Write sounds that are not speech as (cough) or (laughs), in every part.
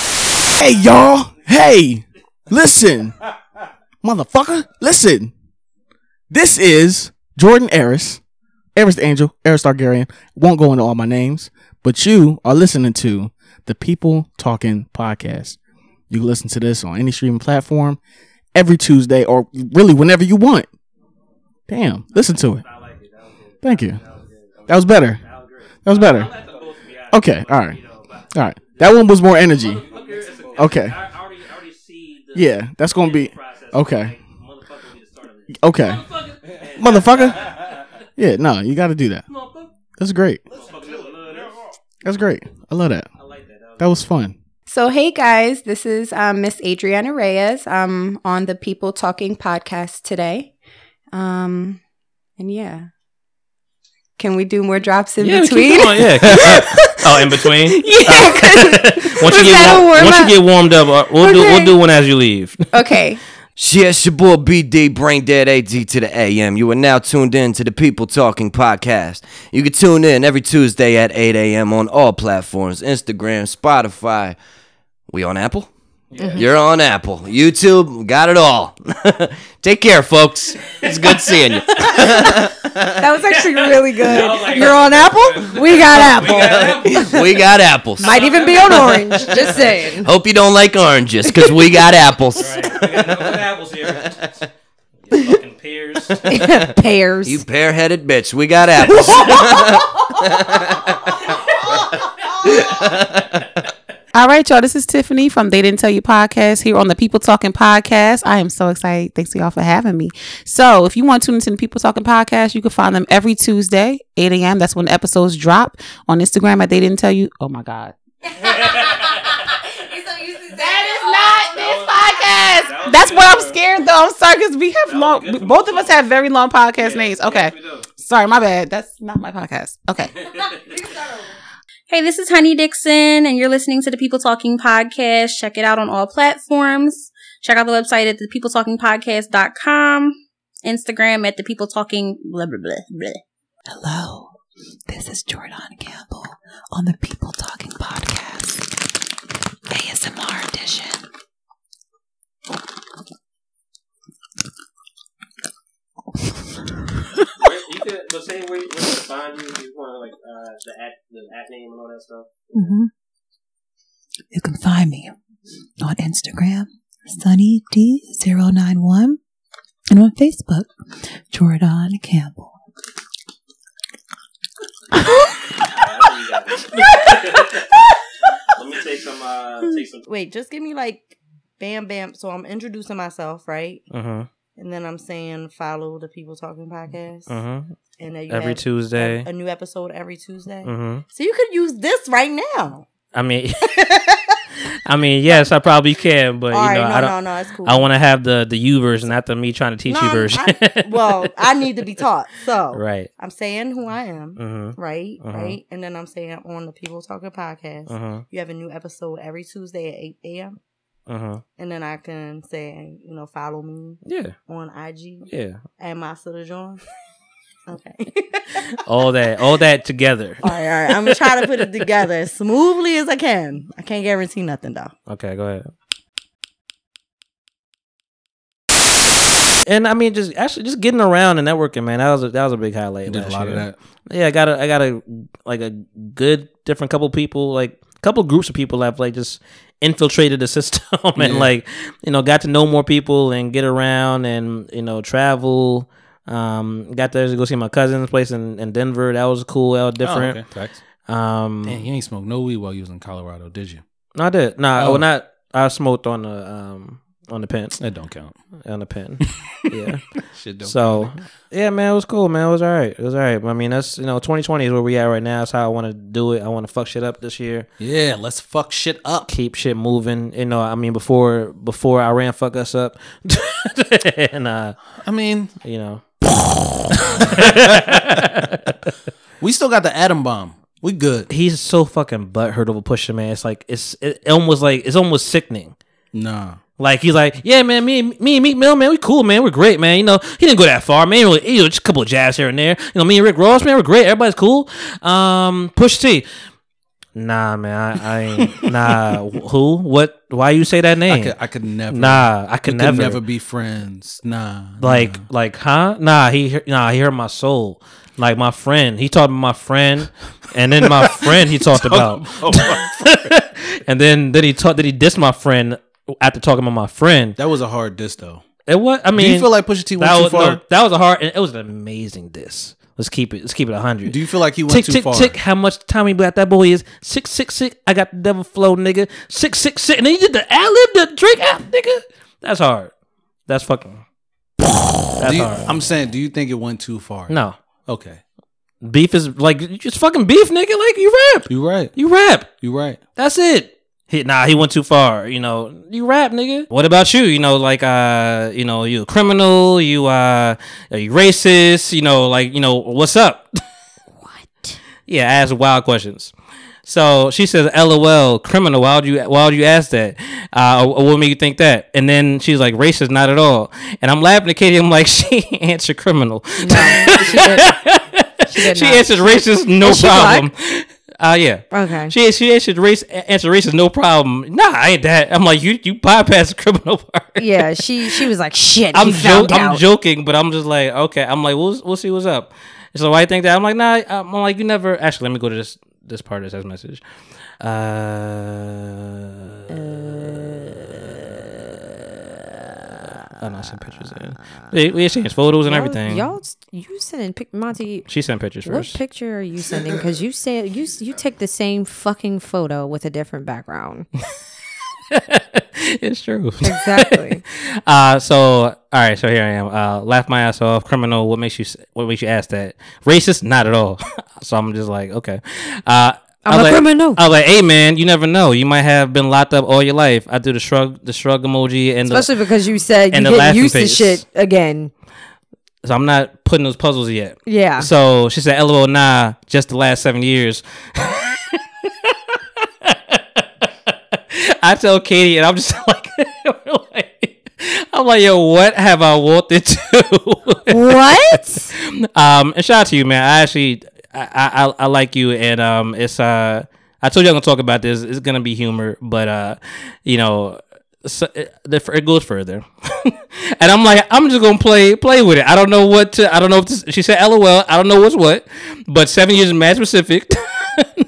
Hey, y'all. Hey, listen. Motherfucker, listen. This is Jordan Eris, Eris the Angel, Eris Targaryen. Won't go into all my names, but you are listening to the People Talking Podcast. You can listen to this on any streaming platform every Tuesday or really whenever you want. Damn, listen to it. Thank you. That was better. That was better. Okay, all right. All right. That one was more energy. Okay. I already, I already see the Yeah, that's going to be process. okay. Motherfucker, be the start of it. Okay. Motherfucker, Motherfucker. (laughs) Yeah, no, you got to do that. motherfucker, That's great. motherfucker, I love this. That's great. I love that. I like that. That was That was fun. So, hey guys, this is um, Miss Adriana Reyes. I'm on the People Talking podcast today. Um, and yeah, can we do more drops in yeah, between? Keep going. (laughs) Yeah. keep- oh, in (laughs) between. Yeah, (laughs) 'cause Once you we get gotta warm, warm once up. you get warmed up, uh, we'll do Okay. we'll do one as you leave. (laughs) okay. Shit, it's your boy BD, Brain Dead AD to the AM. You are now tuned in to the People Talking Podcast. You can tune in every Tuesday at 8 a.m. on all platforms Instagram, Spotify. We on Apple? Mm-hmm. You're on Apple. YouTube, we got it all. (laughs) Take care, folks. It's good seeing you. (laughs) That was actually really good. You're on Apple? We got Apple. we got apples. Might even be on Orange. Just (laughs) saying. Hope you don't like oranges, because we got apples. right. We got no apples here. You fucking pears. Pears. You pear-headed bitch, we got apples. (laughs) All right, y'all. This is Tiffany from They Didn't Tell You podcast here on the People Talking podcast. I am so excited. Thanks to y'all for having me. So, if you want to tune into the People Talking podcast, you can find them every Tuesday, 8 a.m. That's when episodes drop on Instagram at They Didn't Tell You. Oh my God. That is not this podcast. That's what I'm scared though. I'm sorry because we have good for long. Both of us have very long podcast names. Okay, Yes, we do. sorry, my bad. That's not my podcast. (laughs) Okay. Hey, this is Honey Dixon, and you're listening to the People Talking Podcast. Check it out on all platforms. Check out the website at thepeopletalkingpodcast.com, Instagram at the People Talking blah blah blah blah. Hello, this is Jordan Campbell on the People Talking Podcast, ASMR edition. Where, you could, but say where you where you find you, you want like uh, the at the at name and all that stuff. Mm-hmm. You can find me on Instagram, SunnyD091, and on Facebook, Jordan (laughs) Campbell. Uh, I think you got it. Let me take some. Uh, take some. Mm. Wait, just give me like bam bam. So I'm introducing myself, right? Uh huh. And then I'm saying follow the People Talking Podcast. Uh huh. And then you Every have Tuesday. A, a new episode every Tuesday. Uh huh. So you could use this right (laughs) now. I mean, I mean, yes, I probably can, but you All right, know, no, I don't. no, no, it's cool. I want to have the the you version, not the me trying to teach No, you I'm- version. I- (laughs) well, I need to be taught. So right. I'm saying who I am, Mm-hmm. right? Uh-huh. Right. And then I'm saying on the People Talking Podcast, Uh-huh. you have a new episode every Tuesday at 8 a.m. Uh-huh. And then I can say, you know, follow me Yeah. on IG Yeah. at Master John. Okay. (laughs) All that all that together. all right, all right. I'm gonna try to put it together as smoothly as I can. I can't guarantee nothing though. Okay, go ahead. And I mean, just actually, just getting around and networking, man. That was a, that was a big highlight. You did a last lot of year. that. Yeah, I got a, I got a like a good different couple people, like couple groups of people that have like just infiltrated the (laughs) system and Yeah. like you know got to know more people and get around and you know travel. Um, got there to go see my cousin's place in, in Denver. That was cool. That was different. Oh, Facts. Um, Oh, Damn, you ain't smoked no weed while you was in Colorado, did you? no, I did. Nah, Oh. well, not. I smoked on the um on the pen That don't count. on the (laughs) pen. yeah. Shit so yeah, man, it was cool, man. It was all right. It was all right. I mean, that's you know, 2020 is where we at right now. That's how I want to do it. I want to fuck shit up this year. Yeah, let's fuck shit up. Keep shit moving. You know, I mean, before before Iran fuck us up, (laughs) and uh, I mean, you (laughs) know, (laughs) we still got the atom bomb. We good. he's so fucking butthurt over pushing man. It's like it's it almost like it's almost sickening. Nah. Like he's like, yeah, man, me, and- me and Meek Mill, man, we cool, man, we're great, man. You know, he didn't go that far, man. He, he just a couple of jabs here and there. You know, me and Rick Ross, man, we're great. Everybody's cool. Um, Push T, Nah, man, I, I ain't. (laughs) nah, who? What? Why you say that I name? could, I could never. nah, I we could never. be friends. Nah. like, nah. like, huh? Nah, he, hear- nah, he hurt my soul. Like my friend, he talked about my friend, and then (laughs) my friend he talked about, (laughs) and then then he talked, then he dissed my friend after talking about my friend. that was a hard diss though. It was, I mean, Do you feel like Pusha T went that too was, far? no, that was a hard, and it was an amazing diss. Let's keep it, let's keep it hundred. Do you feel like he went tick too tick far? tick how much Tommy Black that boy is six six six I got the devil flow nigga six six six and then he did the ad lib the drink app nigga that's hard that's fucking that's Do you, hard I'm saying, do you think it went too far? no Okay. beef is like you just fucking beef nigga like you rap You right. you rap You right. that's it he, nah he went too far you know you rap nigga what about you you know like uh you know you a criminal you uh are you racist you know like you know what's up (laughs) Yeah, ask wild questions. So she says, "LOL, criminal. Why would you? Why would you ask that? Uh, what made you think that?" And then she's like, "Racist, not at all." And I'm laughing at Katie. I'm like, (laughs) "She answered criminal. (laughs) she did. She did she not. answers racist, no she black? problem." Uh, yeah. Okay. She she answered race answered racist, no problem. Nah, I ain't that. I'm like, you you bypass the criminal (laughs) part. yeah, she she was like, shit. I'm he found joking. I'm out. joking, but I'm just like, okay. I'm like, we'll we'll see what's up. So I think that I'm like, nah. I'm like, you never actually. Let me go to this this part of this message. Uh, Uh, oh no, I sent pictures in. We, we exchanged photos and Y'all- everything. Y'all, you sending pic Monty. she sent pictures What first. picture are you (laughs) sending? Because you say you s- you take the same fucking photo with a different background. (laughs) it's true. Exactly. (laughs) Uh, so all right, so here I am. Uh, laugh my ass off, criminal. What makes you s- What makes you ask that? Racist? Not at all. (laughs) so I'm just like, okay. Uh, I'm I was a like, criminal. I was like, hey man, you never know. You might have been locked up all your life. I do the shrug, the shrug emoji, and the, Especially because you said you and the get laughing used to face. shit again. so I'm not putting those puzzles yet. Yeah. So she said, "LOL, nah, just the last seven years." (laughs) I tell Katie, and I'm just (laughs) like, we're like- I'm like, yo, what have I walked into? what? (laughs) um, and shout out to you, man. I actually, I, I, I- I like you, and um, it's uh, I told you I'm gonna talk about this. It's gonna be humor, but uh, you know, so it, the- it goes further. (laughs) and I'm like, I'm just gonna play play with it. I don't know what to. I don't know if this, she said LOL. I don't know what's what, but seven years is mad specific.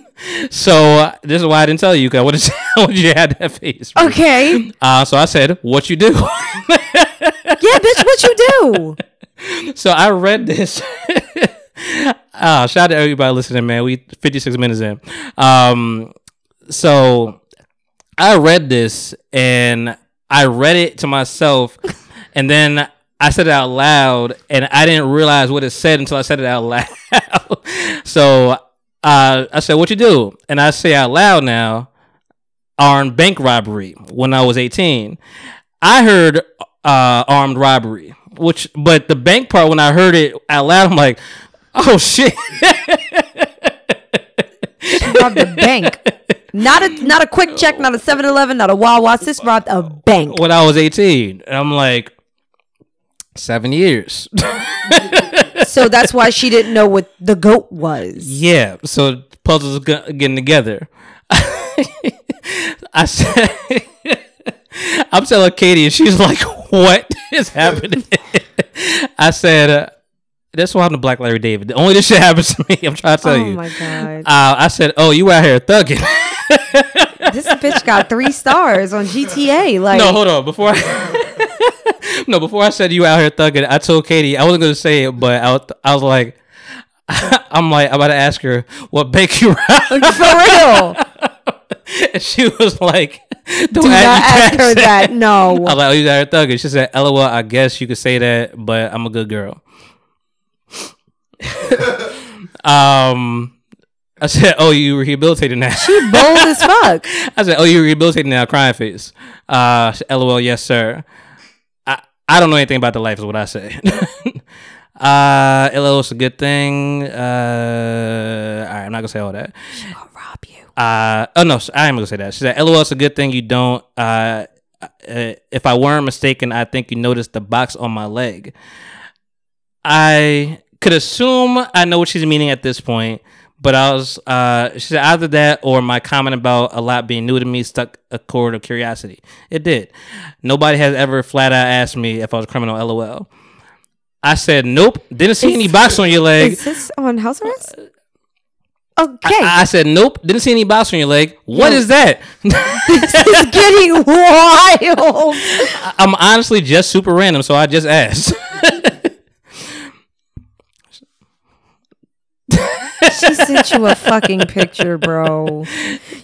(laughs) so uh, this is why I didn't tell you. 'cause I (laughs) would have told you to have that face. Okay. Uh, so I said, "What you do." (laughs) (laughs) Yeah, bitch, what you do? So I read this. (laughs) Ah, shout out to everybody listening, man. We 56 minutes in. Um, so I read this and I read it to myself, and then I said it out loud, and I didn't realize what it said until I said it out loud. (laughs) so uh, I said, "What you do?" And I say out loud now, "Armed bank robbery." When I was 18, I heard uh, armed robbery, which but the bank part when I heard it out loud, I'm like, oh shit. robbed a (laughs) bank. Not a not a quick check, not a 7-Eleven, not a Wawa. Sis robbed a bank. (laughs) when I was 18, and I'm like, seven years. (laughs) So that's why she didn't know what the goat was. Yeah, so puzzles go- getting together. (laughs) I said, (laughs) I'm telling Katie, and she's like, "What is happening?" (laughs) I said, uh, "That's why I'm the Black Larry David. Only this shit happens to me. I'm trying to tell Oh you." my god. Uh, I said, "Oh, you out here thugging?" (laughs) This bitch got three stars on GTA. Like no, hold on. Before I, no, before I (laughs) said you out here thugging, I told Katie I wasn't gonna say it, but I, was- I was like, (laughs) I'm like, I'm about to ask her what bank you (laughs) (laughs) robbed. for real. (laughs) And she was like, "Don't Do not ask, ask you (laughs) her that. I was No. like, "Oh, you got her thugging." She said, "LOL, I guess you could say that, but I'm a good girl." um, I said, "Oh, you rehabilitated now." Bold (laughs) as fuck. I said, "Oh, you rehabilitated now, crying face." Uh, she- "LOL, yes, sir." I I don't know anything about the life, is what I said. (laughs) uh, LOL, it's a good thing. Uh, all right, I'm not gonna say all that. I'll rob you. Uh, oh no, I am gonna say that. She said, "LOL, it's a good thing you don't." Uh, uh, if I weren't mistaken, I think you noticed the box on my leg. I could assume I know what she's meaning at this point, But I was, uh, she said either that or my comment about a lot being new to me stuck a chord of curiosity. It did. Nobody has ever flat out asked me if I was a criminal. LOL. I said nope. Didn't see any box on your leg. Uh, Is this on house arrest? I, Okay, I said nope. Didn't see any box on your leg. What is that? this is getting wild. (laughs) I'm honestly just super random, so I just asked. (laughs) She sent you a fucking picture, bro.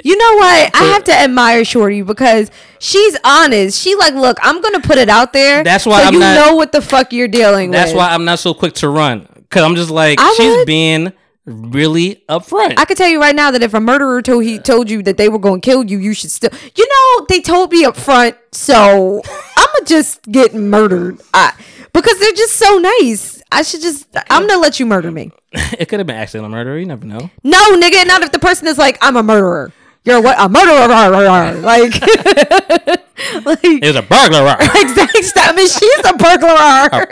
You know what? I have to admire Shorty because she's honest. She like, look, I'm gonna put it out there. That's why so I'm you not- know what the fuck you're dealing That's with. why I'm not so quick to run because I'm just like I she's would- being really upfront. I could tell you right now that if a murderer told he told you that they were going to kill you, you should still. You know, they told me up front, so I'ma just get murdered. I, because they're just so nice. I should just. I'm gonna let you murder me. (laughs) it could have been accidental murder. You never (laughs) know. No, nigga, not if the person is like, I'm a murderer. You're what? A murderer. (laughs) rah, rah, rah. Like, like It was a burglar. exactly. I mean, she's a burglar.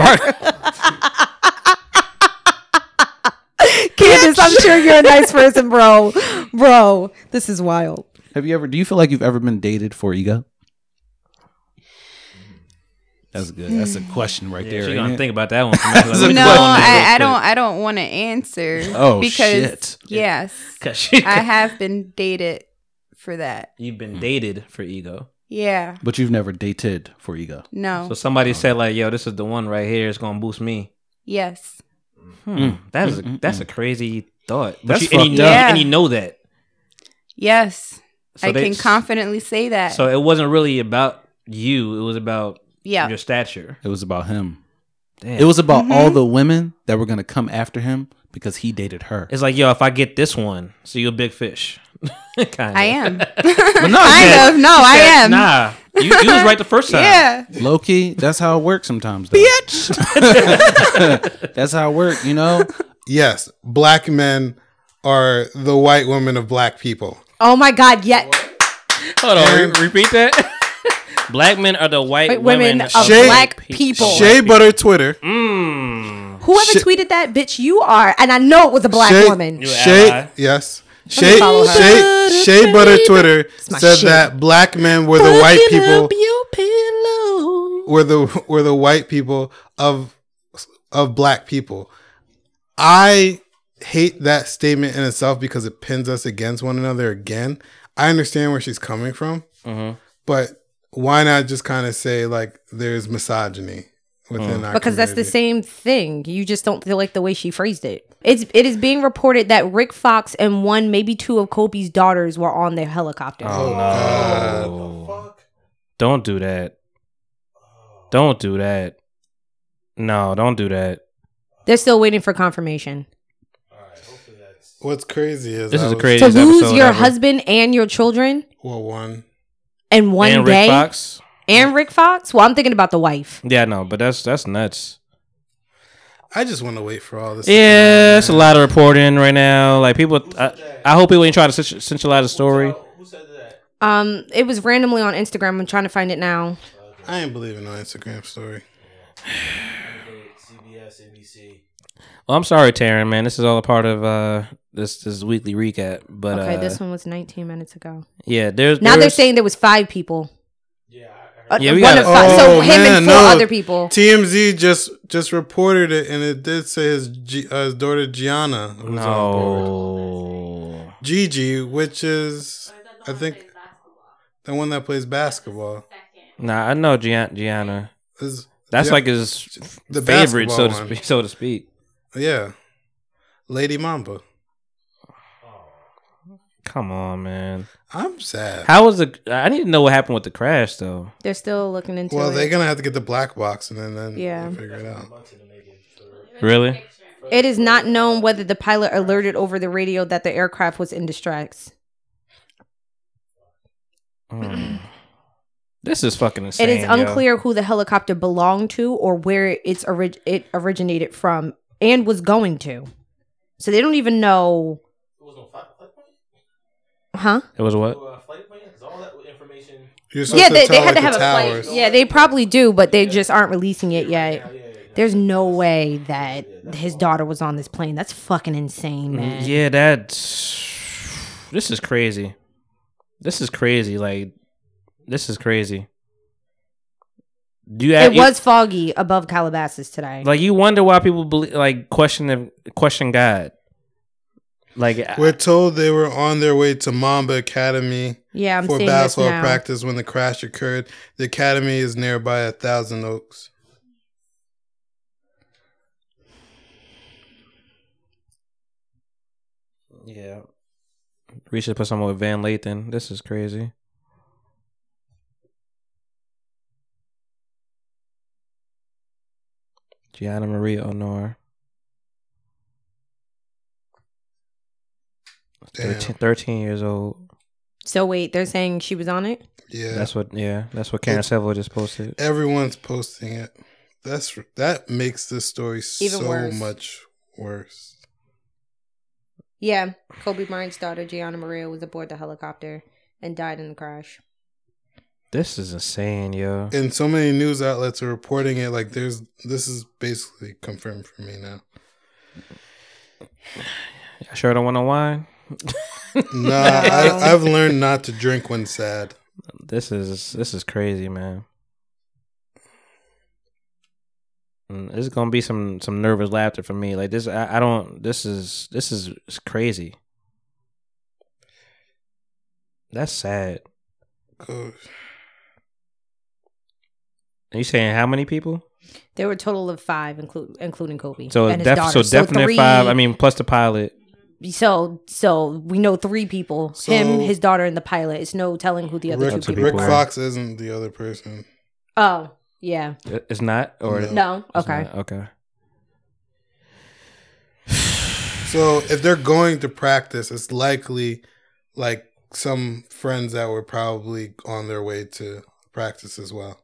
(laughs) Candace, I'm sure you're a nice person, bro. Bro, this is wild. Have you ever? Do you feel like you've ever been dated for ego? That's good. That's a question right there. She's ain't gonna it? think about that one. (laughs) That's a question No, real I, I quick. don't. I don't want to answer. Oh, because shit. (laughs) yes, Because she, I have been dated for that. you've been dated for ego. Yeah. But you've never dated for ego. No. So somebody said like, "Yo, this is the one right here. It's gonna boost me." yes. Hmm, that is a, that's a crazy thought. But That's you, and, you fucked know, up. Yeah. and you know that. Yes. So I they- can confidently say that. So it wasn't really about you. It was about yeah. your stature. It was about him. Damn. It was about Mm-hmm. all the women that were gonna come after him because he dated (laughs) her. It's like, yo, if I get this one, so you're a big fish. (laughs) kind I am. (laughs) no, (laughs) kind of. No, I am. Nah, you, you was right the (laughs) first time. Yeah. Low key, that's how it works sometimes. Bitch. (laughs) that's how it works. You know. Yes, black men are the white women of black people. Oh my God, yet Hold on, re- repeat that. Black men are the white Wait, women women, of black people. Shea Butter Twitter. Mm. whoever Shit. tweeted that, bitch, you are. And I know it was a black Shea- woman. You Shea, ally. yes. me Shea, follow her. Shea, Shea Butter Twitter my said shit. that black men were the white people. Were the (laughs) were the white people of of black people. I hate that statement in itself because it pins us against one another again. I understand where she's coming from, Mm-hmm. but why not just kind of say like there's misogyny within Mm. our because that's the community? same thing. You just don't feel like the way she phrased it. It's it is being reported that Rick Fox and one, maybe two of Kobe's daughters were on their helicopter. Oh no! Don't do that. Oh. Don't do that. No, don't do that. They're still waiting for confirmation. What's crazy is This I is a was- crazy To lose episode your ever. husband and your children Well, one. in one and day Rick Fox. and Rick Fox. Well, I'm thinking about the wife. Yeah, no, but that's that's nuts. I just want to wait for all this. to come Yeah, out, it's a man. lot of reporting right now. Like people, I, I hope people ain't trying to cens- centralize the story. Um, it was randomly on Instagram. I'm trying to find it now. I ain't believing no Instagram story. Well, I'm sorry, Taryn, man. This is all a part of uh this this weekly recap. But Okay, uh, this one was 19 minutes ago. yeah, there's Now they're there's- saying there was five people. Uh, Yeah, we one gotta- of five. so Oh, him man, and four no. other people. TMZ just just reported it, and it did say his G, uh, his daughter Gianna was on board. no. Gigi, which is I think the one that plays basketball Nah, I know Gian- Gianna. is That's Yeah. like his The favorite, so to basketball one. speak. (laughs) So to speak. yeah, Lady Mamba. Come on, man. I'm sad. How was the? I need to know what happened with the crash, though. They're still looking into well, it. they're gonna have to get the black box, and then then Yeah. yeah. figure it out. Really? It is not known whether the pilot alerted over the radio that the aircraft was in distress. Mm. This is fucking insane. it is yo. unclear who the helicopter belonged to or where its orig- it originated from and was going to. So they don't even know. Huh? It was what? You're yeah, supposed they, to they tell had like to the have a towers. flight. Yeah, they probably do, but they just aren't releasing it yet. There's no way that his daughter was on this plane. That's fucking insane, Mm-hmm. man. Mm, Yeah, that's this is crazy. This is crazy. Like this is crazy. Do you It you- was foggy above Calabasas today. like you wonder why people believe, like question the question God. Like I- We're told they were on their way to Mamba Academy Yeah, I'm for seeing this basketball now. practice when the crash occurred. The academy is nearby at Thousand Oaks. yeah, we should put someone with Van Lathan. This is crazy. Gianna Maria Honor. 13, 13 years old. so wait, they're saying she was on it? Yeah. That's what yeah, that's what Karen Seville just posted. Everyone's posting it. That's that makes this story Even so worse. much worse. Yeah, Kobe Bryant's daughter Gianna Maria was aboard the helicopter and died in the crash. This is insane, yo. And so many news outlets are reporting it. Like, there's this is basically confirmed for me now. I sure don't want to wine. Nah, (laughs) I, I've learned not to drink when sad. This is this is crazy, man. Mm, This is gonna be some some nervous laughter for me. Like this, I, I don't. This is this is it's crazy. That's sad. Oh, Are you saying how many people? There were a total of five, inclu- including Kobe So and his def- so daughter. definite three- five. I mean, plus the pilot. so so we know three people: him, So- his daughter, and the pilot. It's no telling who the other Rick, two people. Rick people. Fox isn't the other person. Oh, yeah. I- It's not or No. No, it's okay. not, okay. So if they're going to practice, it's likely like some friends that were probably on their way to practice as well.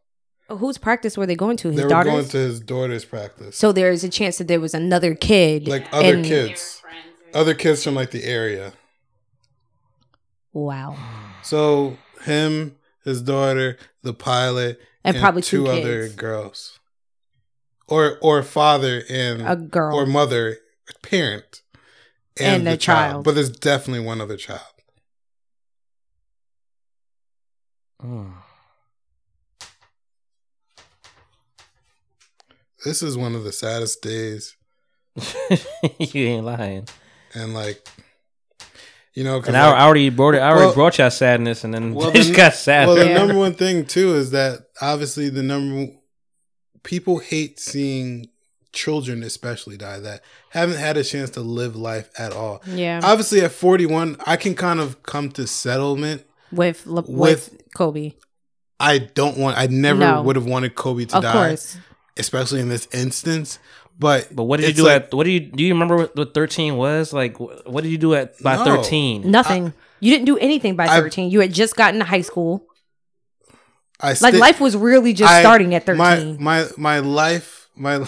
Whose practice were they going to? His they were daughter's. going to his daughter's practice. so there is a chance that there was another kid, like other and- kids. Other kids from like the area. Wow. So him, his daughter, the pilot, And probably two other kids. girls. Or or father and A girl. Or mother, parent, And a the child. But there's definitely one (sighs) other child. Mm. This is one of the (laughs) saddest days. you ain't lying. And like you know, 'cause, And I, like- I already brought it. I already Well- brought y'all sadness, and then (laughs) Well, just the, got sad. well, the number one thing too is that obviously the number people hate seeing children, especially die that haven't had a chance to live life at all. Yeah. Obviously, at forty one, I can kind of come to settlement. with Le- With- with, Kobe. I don't want. I never No. would have wanted Kobe to Of die, course. especially in this instance. But But what did you it's do like- at? What do you do? You remember what, what thirteen was like? wh- What did you do at by No. thirteen? Nothing. you didn't do anything by I- 13. you had just gotten to high school. I Like sti- life was really just I- starting at 13. My my my life my (laughs) li-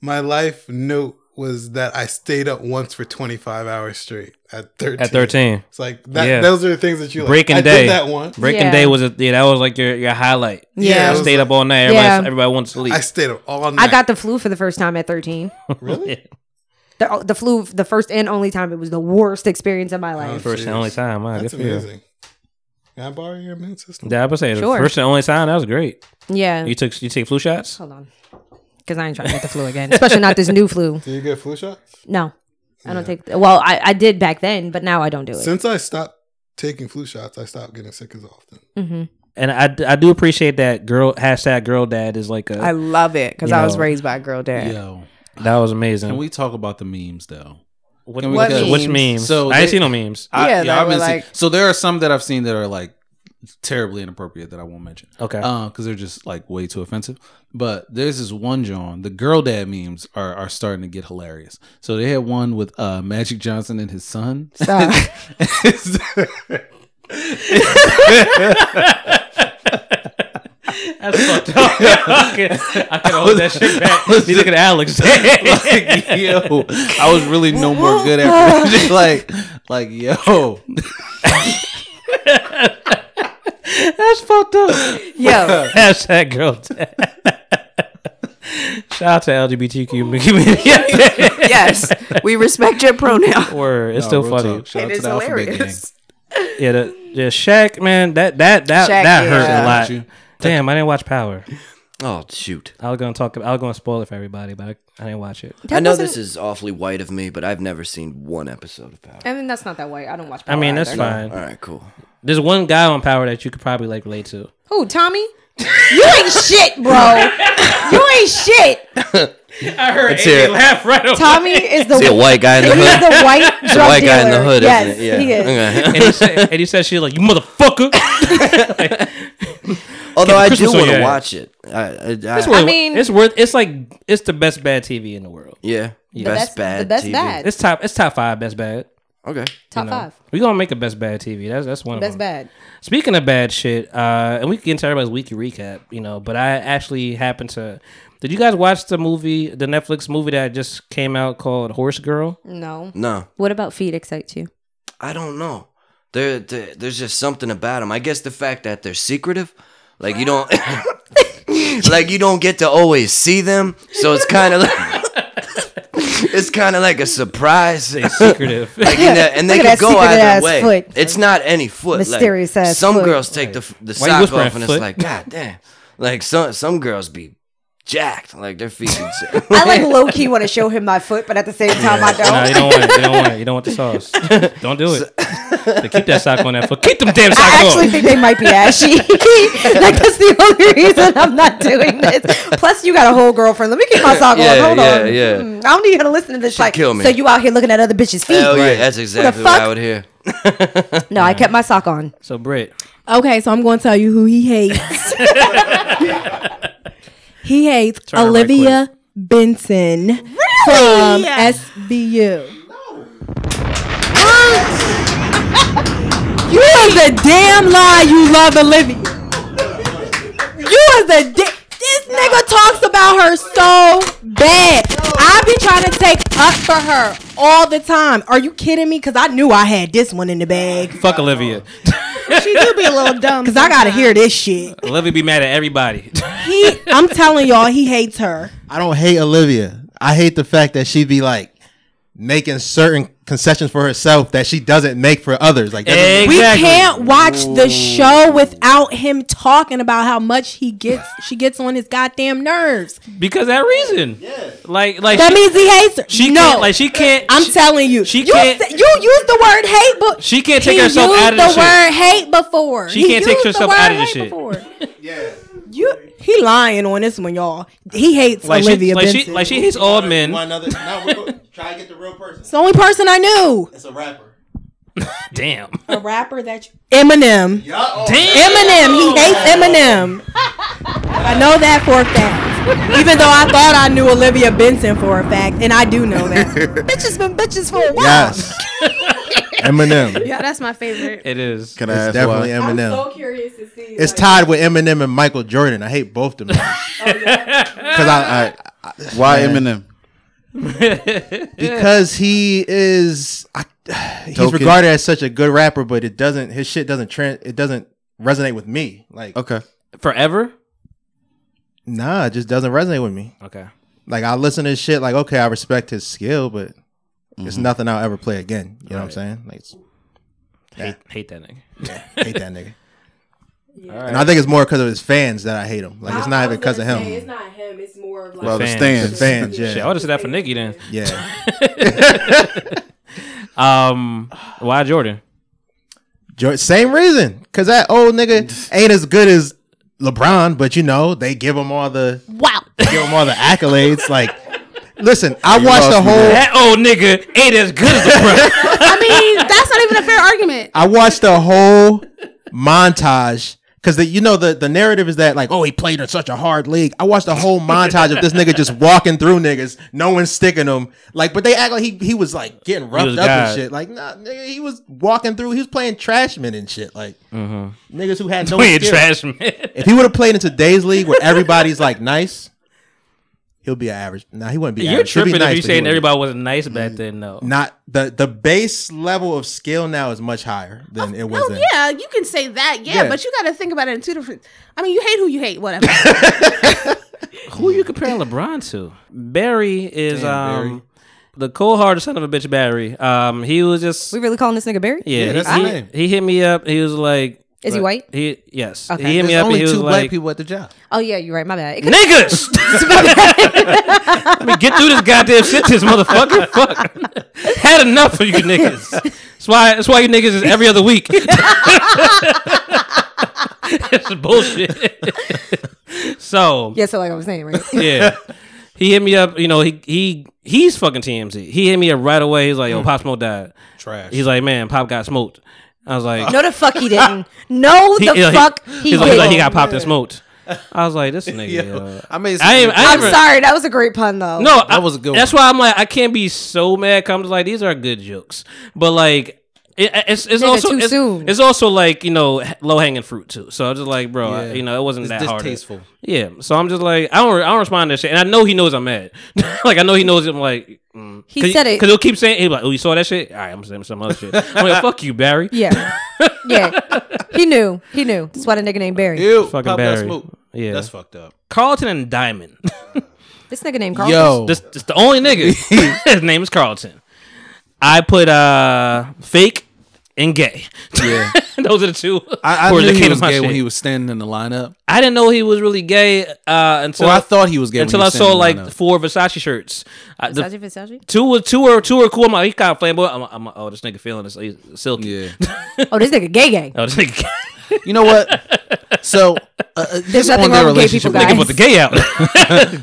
my life note was that I stayed up once for 25 hours straight at 13. At 13. It's like that Yeah. those are the things that you like. Breaking I did day. that one. Breaking Yeah. day was a, yeah. That was like your, your highlight. Yeah. Yeah, I it was stayed up all night. Everybody, Yeah. everybody wants to sleep. I stayed up all night. I got the flu for the first time at 13. (laughs) really? (laughs) The, the flu, the first and only time, it was the worst experience of my Oh, life. First and only time. Wow, That's good for you. amazing. Can I borrow your immune system? Yeah, I would say the Sure. first and only time. That was great. Yeah. You took you take flu Oh. shots. Hold on. Because I ain't trying to get the flu again, especially not this new (laughs) flu. Do (laughs) you get flu shots? No, I don't take. Well, I, I did back then, but now I don't do it. Since I stopped taking flu shots, I stopped getting sick as often. hmm And I, d- I do appreciate that girl hashtag girl dad is like a I love it because You I was know. raised by a girl dad. Yo, that was amazing. can we talk about the memes though? What- Can we- what because- memes? Which memes? I ain't seen no memes. I, Yeah, yeah, they I've were been like- seeing, so there are some that I've seen that are like terribly inappropriate that I won't mention. Okay. because they're just like way too offensive. But there's this one John. The girl dad memes are are starting to get hilarious. So they had one with uh, Magic Johnson and his son. (laughs) (laughs) Stop. That's fucked up. (laughs) I can, I can hold Oh, that shit back. You look at Alex. (laughs) like yo, I was really no more good (laughs) at just like like yo. That's fucked up. Yo, (laughs) Hashtag girl dad. Shout out to LGBTQ community. (laughs) yes, we respect your pronoun. Word, it's No, still real funny. talk. Shout out It to is the Alphabet hilarious. (laughs) Yeah, the, yeah, Shaq, man, that that that Shaq, that yeah. hurt Shout a out lot. to you. Damn, I didn't watch Power. Oh shoot! I was gonna talk. I was gonna spoil it for everybody, but I, I didn't watch it. I know this is awfully white of me, but I've never seen one episode of Power. I mean, that's not that way. I don't watch. I mean, Power that's fine. either. All right, cool. There's one guy on Power that you could probably like relate to. Who, Tommy? You ain't shit, bro. You ain't shit. (laughs) I heard Let's hear it. Tommy is the See a white guy in the He's hood. the white (laughs) It's a drug white guy in the dealer. hood, Yes, isn't it? Yeah. he is. Okay. and, he said, and he said, "She's like you, (laughs) motherfucker." Although Get I do Christmas on your want to ass. watch it. I, I, I, It's worth, I mean- it's worth. It's like it's the best bad TV in the world. Yeah, The best best- bad the best TV. bad. It's top. It's top five best bad. Okay, Top five. We gonna make a best bad TV. That's that's one. Best of them. bad. Speaking of bad shit, uh, and we can get into everybody's weekly recap, you know. But I actually happened to. Did you guys watch the movie, the Netflix movie that just came out called Horse Girl? No. No. What about feet excites you? I don't know. There, there, there's just something about them. I guess the fact that they're secretive, like you don't, (coughs) like you don't get to always see them. So it's kind of like. (laughs) It's kind of like a surprise. secretive, like in that, and they Look could at that go secret either ass way. foot. It's not any foot. like, Mysterious ass Some foot. girls take the Why the you sock whispering, off, and foot? it's like, God damn! Like some some girls be jacked, like their (laughs) feet. Be jacked. I like low key want to show him my foot, but at the same time, I don't. No, you don't want it. You don't want it. You don't want the (laughs) sauce. don't do it. They keep that sock on that foot. Keep them damn (laughs) I socks actually on. think they might be ashy. (laughs) like that's the only reason I'm not doing this. Plus, you got a whole girlfriend. Let me keep my sock on. Yeah, Hold yeah, on. yeah. Hmm, I don't need you to listen to this. like, kill me. so you out here looking at other bitches' feet? Hell yeah, that's Who the exactly what I fuck? would hear. (laughs) (laughs) No, I kept (laughs) my sock on. So Britt, Okay, so I'm going to tell you who he (laughs) hates. he hates Turn it right Olivia Benson from SBU. you is a damn lie. You love Olivia. You is a da- this nigga talks about her so bad. I be trying to take up for her all the time. Are you kidding me? Cause I knew I had this one in the bag. fuck Olivia. she do be a (laughs) little dumb. Cause I gotta hear this shit. Olivia be mad at everybody. (laughs) He, I'm telling y'all, he hates her. I don't hate Olivia. I hate the fact that she be like making certain concessions for herself that she doesn't make for others. Like that's- We can't watch the show without him talking about how much he gets. She gets on his goddamn nerves. because that reason. Like like that she- means he hates her. She no, can't like she can't. I'm telling you, she you can't- sa- You used the word hate, but She can't take he herself used out of the this shit. word hate before. She He can't take used the herself word out of this hate shit. before. You, he lying on this one, y'all. He hates like Olivia she, like Benson. she like she hates all (laughs) men. it's the only person I knew. It's a rapper. Damn. A rapper that you Eminem. Eminem. He hates Eminem. I know that for a fact. Even though I thought I knew Olivia Benson for a fact, and I do know (laughs) that. bitches been bitches for a while. Yes. Eminem. Yeah, that's my favorite. It is. Can I It's ask definitely why? Eminem. I'm so curious to see. Oh, It's tied with Eminem and Michael Jordan. I hate both (laughs) of them. (laughs) Because I, I, I Why man. Eminem? (laughs) because he is I, (sighs) he's Token. regarded as such a good rapper, but it doesn't his shit doesn't trans, it doesn't resonate with me. Like okay, forever. Nah, it just doesn't resonate with me. Okay. Like I listen to his shit. Like okay, I respect his skill, but it's nothing I'll ever play again. You know what I'm saying? Like it's- Hate hate that nigga. hate that (laughs) nigga. And I think it's more because of his fans that I hate him. Like it's not even because of him. it's not him. It's more of like Well, the stands. The stands, yeah. Shit, I would have said that for Nikki then. (laughs) Yeah. um, why Jordan? George, same reason, because that old (laughs) nigga ain't as good as LeBron, but you know they give him all the wow, give him all the accolades. Like, listen, I You watched lost the me whole. there. That old nigga ain't as good as LeBron. I mean, that's not even a fair argument. I watched the whole montage because you know the the narrative is that like oh he played in such a hard league. I watched the whole montage of this nigga just walking through niggas, no one's sticking him. Like, but they act like he he was like getting roughed was up God. and shit. Like, nah, nigga, he was walking through. He was playing trashmen and shit. Like Mhm. niggas who (laughs) had no Playing skill. trashmen. if he would have played in today's league where everybody's like nice, he'll be average. Nah, he wouldn't be. You're average. He'll be tripping nice, if but he you wouldn't saying be everybody was nice back then. No, not the the base level of skill now is much higher than it was then. Yeah, you can say that. Yeah, Yeah. (laughs) but you got to think about it in two different. I mean, you hate who you hate, whatever. Who you comparing LeBron to? Barry is Damn, um the cold-hearted son of a bitch. Barry. Um, he was just We really calling this nigga Barry? yeah. that's he, he- He hit me up. He was like, Is he white? He yes. Okay. He hit me There's up. and only he was two black like, people at the job. Oh yeah, you're right. My bad. It could- Niggas! (laughs) (laughs) Let me get through this goddamn (laughs) sentence, motherfucker. Fuck. Had enough of you niggas. That's why. That's why you niggas is every other week. (laughs) it's bullshit. (laughs) so yeah, so like I was saying, right? (laughs) yeah. He hit me up, you know, he he he's fucking TMZ. He hit me up right away. He's like, yo, Pop Smoke died. Trash. He's like, man, Pop got smoked. I was like, (laughs) (laughs) No, the fuck he didn't. (laughs) No, the you know, fuck he's he, like, he's didn't. like, he got popped and smoked. I was like, this nigga. uh, I made I ain't, I I'm ain't even- sorry, that was a great pun though. No, that was a good. That's why I'm like, I can't be so mad. Comes like these are good jokes, but like. It, it's it's Nigga, also too it's, soon. it's also like you know low hanging fruit too. So I'm just like, bro, I- Yeah. you know, it wasn't It's that hard. distasteful. Yeah. So I'm just like, I don't I don't respond to that shit, and I know he knows I'm mad. (laughs) like I know he knows I'm like. Mm. He said it- because he'll keep saying he'll be like, oh, you saw that shit? All right, I'm saying some other shit. I'm like, fuck you, Barry. (laughs) Yeah. yeah. He knew. He knew. That's why the nigga named Barry. Ew, fucking Pop got Barry. smoked. Yeah, That's fucked up. Carlton and Diamond. This nigga named Carl. This, this the only (laughs) nigga. (laughs) His name is Carlton. I put uh fake and gay. Yeah. (laughs) Those are the two. (laughs) I, I words knew that he came to was my gay when shit. he was standing in the lineup. I didn't know he was really gay uh, until Or I thought he was gay when until he I was saw standing like in the lineup. four Versace shirts. I- the- Versace, Versace? Two were two were two were cool. I'm like, he kind of flamboyant. I'm, like- I'm like, oh, this nigga feeling this he's silky. Oh, this nigga gay gay. (laughs) oh, this nigga. You (laughs) know what? So uh, There's nothing wrong with gay people, guys. Nigga put the gay out.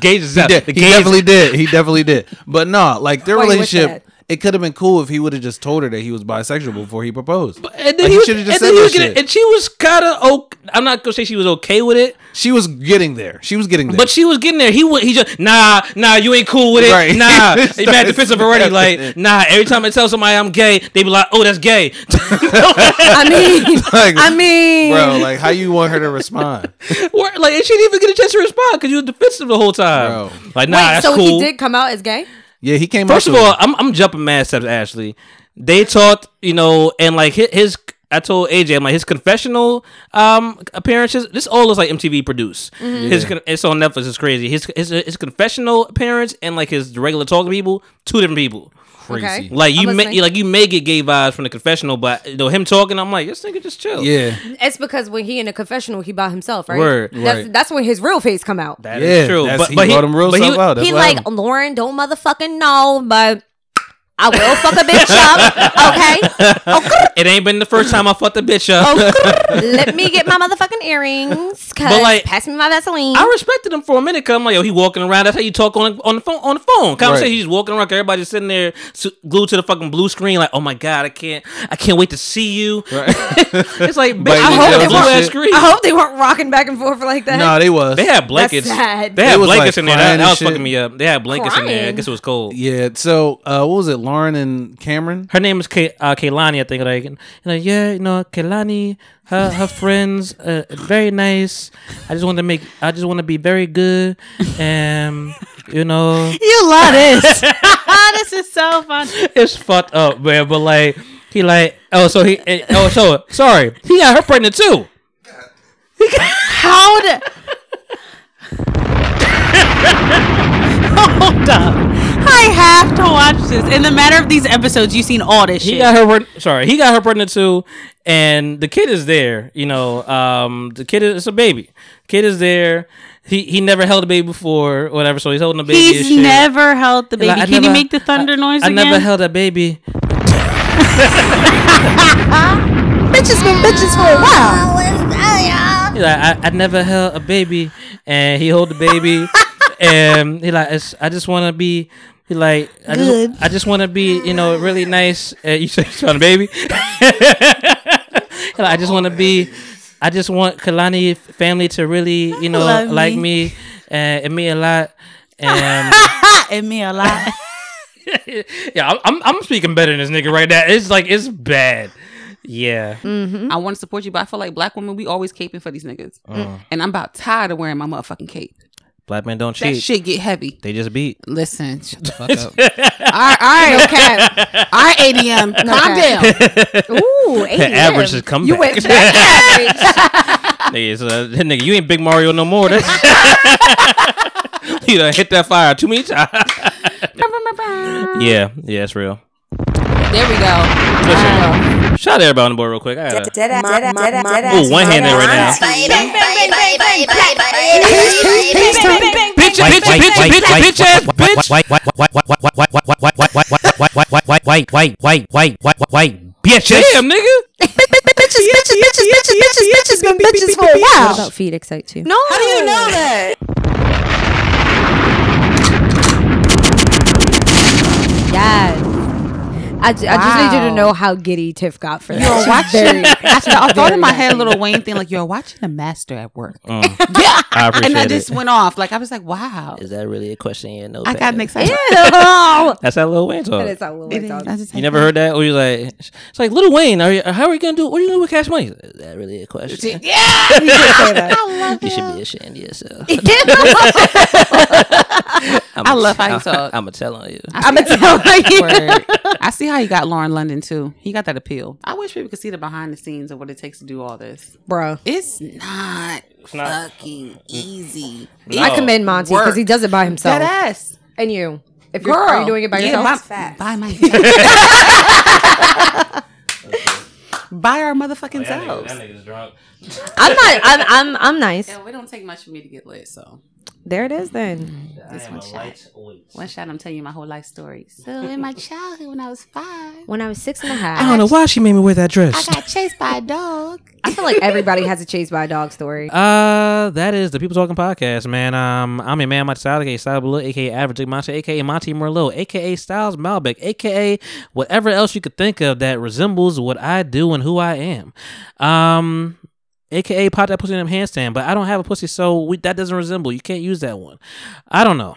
(laughs) Gage is he out. (laughs) did. The he gays- definitely did. He definitely did. But no, like their Why you wish relationship, it could have been cool if he would have just told her that he was bisexual before he proposed. But, And then he, was, should have just and said then he that was getting- shit. and she was kind of okay. I'm not gonna say she was okay with it. She was getting there. She was getting there. But she was getting there. He would. He just nah, nah. You ain't cool with it. Right. (laughs) Nah, It he mad started defensive already. Like snapping. nah. Every time I tell somebody I'm gay, they be like, oh, that's gay. (laughs) I mean, (laughs) Like, I mean, bro, like how you want her to (laughs) respond? Word, like and she didn't even get a chance to respond because you were defensive the whole time. Like nah, Wait, that's so he cool. did come out as gay? yeah, he came. First of all, I'm I'm jumping mad steps. Ashley, they taught you know, and like his. his I told AJ, I'm like his confessional um, appearances. This all looks like MTV produced. Mm-hmm. Mhm. His Yeah. con- it's on Netflix. It's crazy. His, his his confessional appearance and like his regular talking to people, two different people. Crazy. Okay. Like you I'm may, listening. like you may get gay vibes from the confessional, but you know him talking, I'm like this nigga just chill. Yeah. It's because when he in a confessional, he by himself, right? Word. That's, Right. that's when his real face come out. That is true. that's- but, he but brought him real but stuff out. That's he what like happened. Lauren, don't motherfucking know, but I will fuck a bitch (laughs) up. Okay, it ain't been the first time I fucked a bitch up. let me get my motherfucking earrings. Cause But, like, pass me my Vaseline. I respected him for a minute. Cause I'm like, yo, he walking around. That's how you talk on on the phone. On the phone conversation. Right. He's walking around. Everybody's sitting there su- glued to the fucking blue screen. Like, oh my god, I can't, I can't wait to see you. (laughs) it's like, bitch, Biting I the hope nails they and blue ass shit. screen. I hope they weren't rocking back and forth like that. No, they was. They had blankets. That's sad. They had They was, like, blankets in there. That, crying that and was shit. fucking me up. They had blankets in there. I Crying? guess it was cold. Yeah. So uh, what was it? Lauren and Cameron. Her name is Kay- uh, Kaylani, I think. Like, and, like, yeah, you know, Kaylani, her her friends, uh, very nice. I just want to make, I just want to be very good, and you know, You (laughs) love this. (laughs) this is so funny. it's fucked up, man. But like, he like, oh, so he, eh, oh, so sorry, he got her pregnant too. (laughs) How the Hold up. I have to watch this. In the matter of these episodes, you've seen all this shit. He got her. preg- Sorry, he got her pregnant too, and the kid is there. You know, um, the kid is it's a baby. Kid is there. He he never held a baby before, whatever. So he's holding a baby. and He's shit. never held the He's baby. like, I Can you never- make the thunder noise I again? never held a baby. bitches been bitches for a while. He like, I, I never held a baby, and he hold the baby, and he like, "It's- I just want to be. He like, I Good. just, I just want to be, you know, really nice. Uh, you (laughs) say you want a baby? He like, I just want to be. I just want Kalani family to really, you know, Love like me. me and, and me a lot. And (laughs) and me a lot. yeah, I'm, I'm I'm speaking better than this nigga right now. It's like it's bad. Yeah. I want to support you, but I feel like black women, we always caping for these niggas. Uh. And I'm about tired of wearing my motherfucking cape. Black men don't That cheat. shit get heavy. They just beat. Listen, shut the fuck (laughs) up. (laughs) all right, all right, okay. All right, ADM, No (laughs) calm (laughs) cap. down. Ooh, The ADM. average has come You You back. went went back. nigga, it's, uh, nigga, you ain't Big Mario no more. That's (laughs) you know, hit that fire too many (laughs) times. yeah, yeah, it's real. There we go. Listen, shout out to everybody on the board real quick. I gotta, Ooh, one hand there right now. Bitch, bitch, bitch, bitch, bitch, bitch, bitch. Damn, nigga. bitches, bitches, bitches, bitches, bitches, bitches, been bitches for a What while. about feet excite you? No, how do you know that? Yes. I, ju- I just need you to know how giddy Tiff got for that. You're She's watching. very- I thought- I thought in my very head a little happy. Wayne thing, like you're watching a master at work. (laughs) yeah, Oh, mm, I and I appreciate just it. went off. Like I was like, wow. Is that really a question? Yeah, no. I got an excited. (laughs) That's that Lil Wayne talk. how Lil Wayne talks. You never heard that? Or you like, it's like Little Wayne. Are you? How are you gonna do? What are you gonna do with Cash Money? Is that really (laughs) a (laughs) question? Yeah, he did say that. you should be ashamed of (laughs) yourself. (laughs) (laughs) I love how you talk. I'm gonna tell (laughs) on you. (laughs) I'm gonna tell you. I see how you got Lauren London too. He got that appeal. I wish people could see the behind the scenes of what it takes to do all this, Bro. It's not, fucking easy. I commend Monty because he does it by himself. That ass. And you. If Girl, you're, are you doing it by yeah, yourself? my- by (laughs) (laughs) myself. by our motherfucking selves. drunk. I'm not. I'm. I'm. I'm nice. Yeah, we don't take much for me to get lit, so There it is. Then. this one shot. One shot, I'm telling you my whole life story. So in my childhood, when I was five, When I was six and a half, I don't know why she made me wear that dress. got chased by a dog. I feel like everybody has a chased by a dog story. Uh, that is the People Talking Podcast, man. Um, I'm your man, Monty Styles, aka Styles Blue, aka Average Dick Monster, aka Monty Merlot, aka Styles Malbec, aka whatever else you could think of that resembles what I do and who I am. Um, aka Pop That Pussy in Them Handstand, but I don't have a pussy, so we, that doesn't resemble. You can't use that one. I don't know.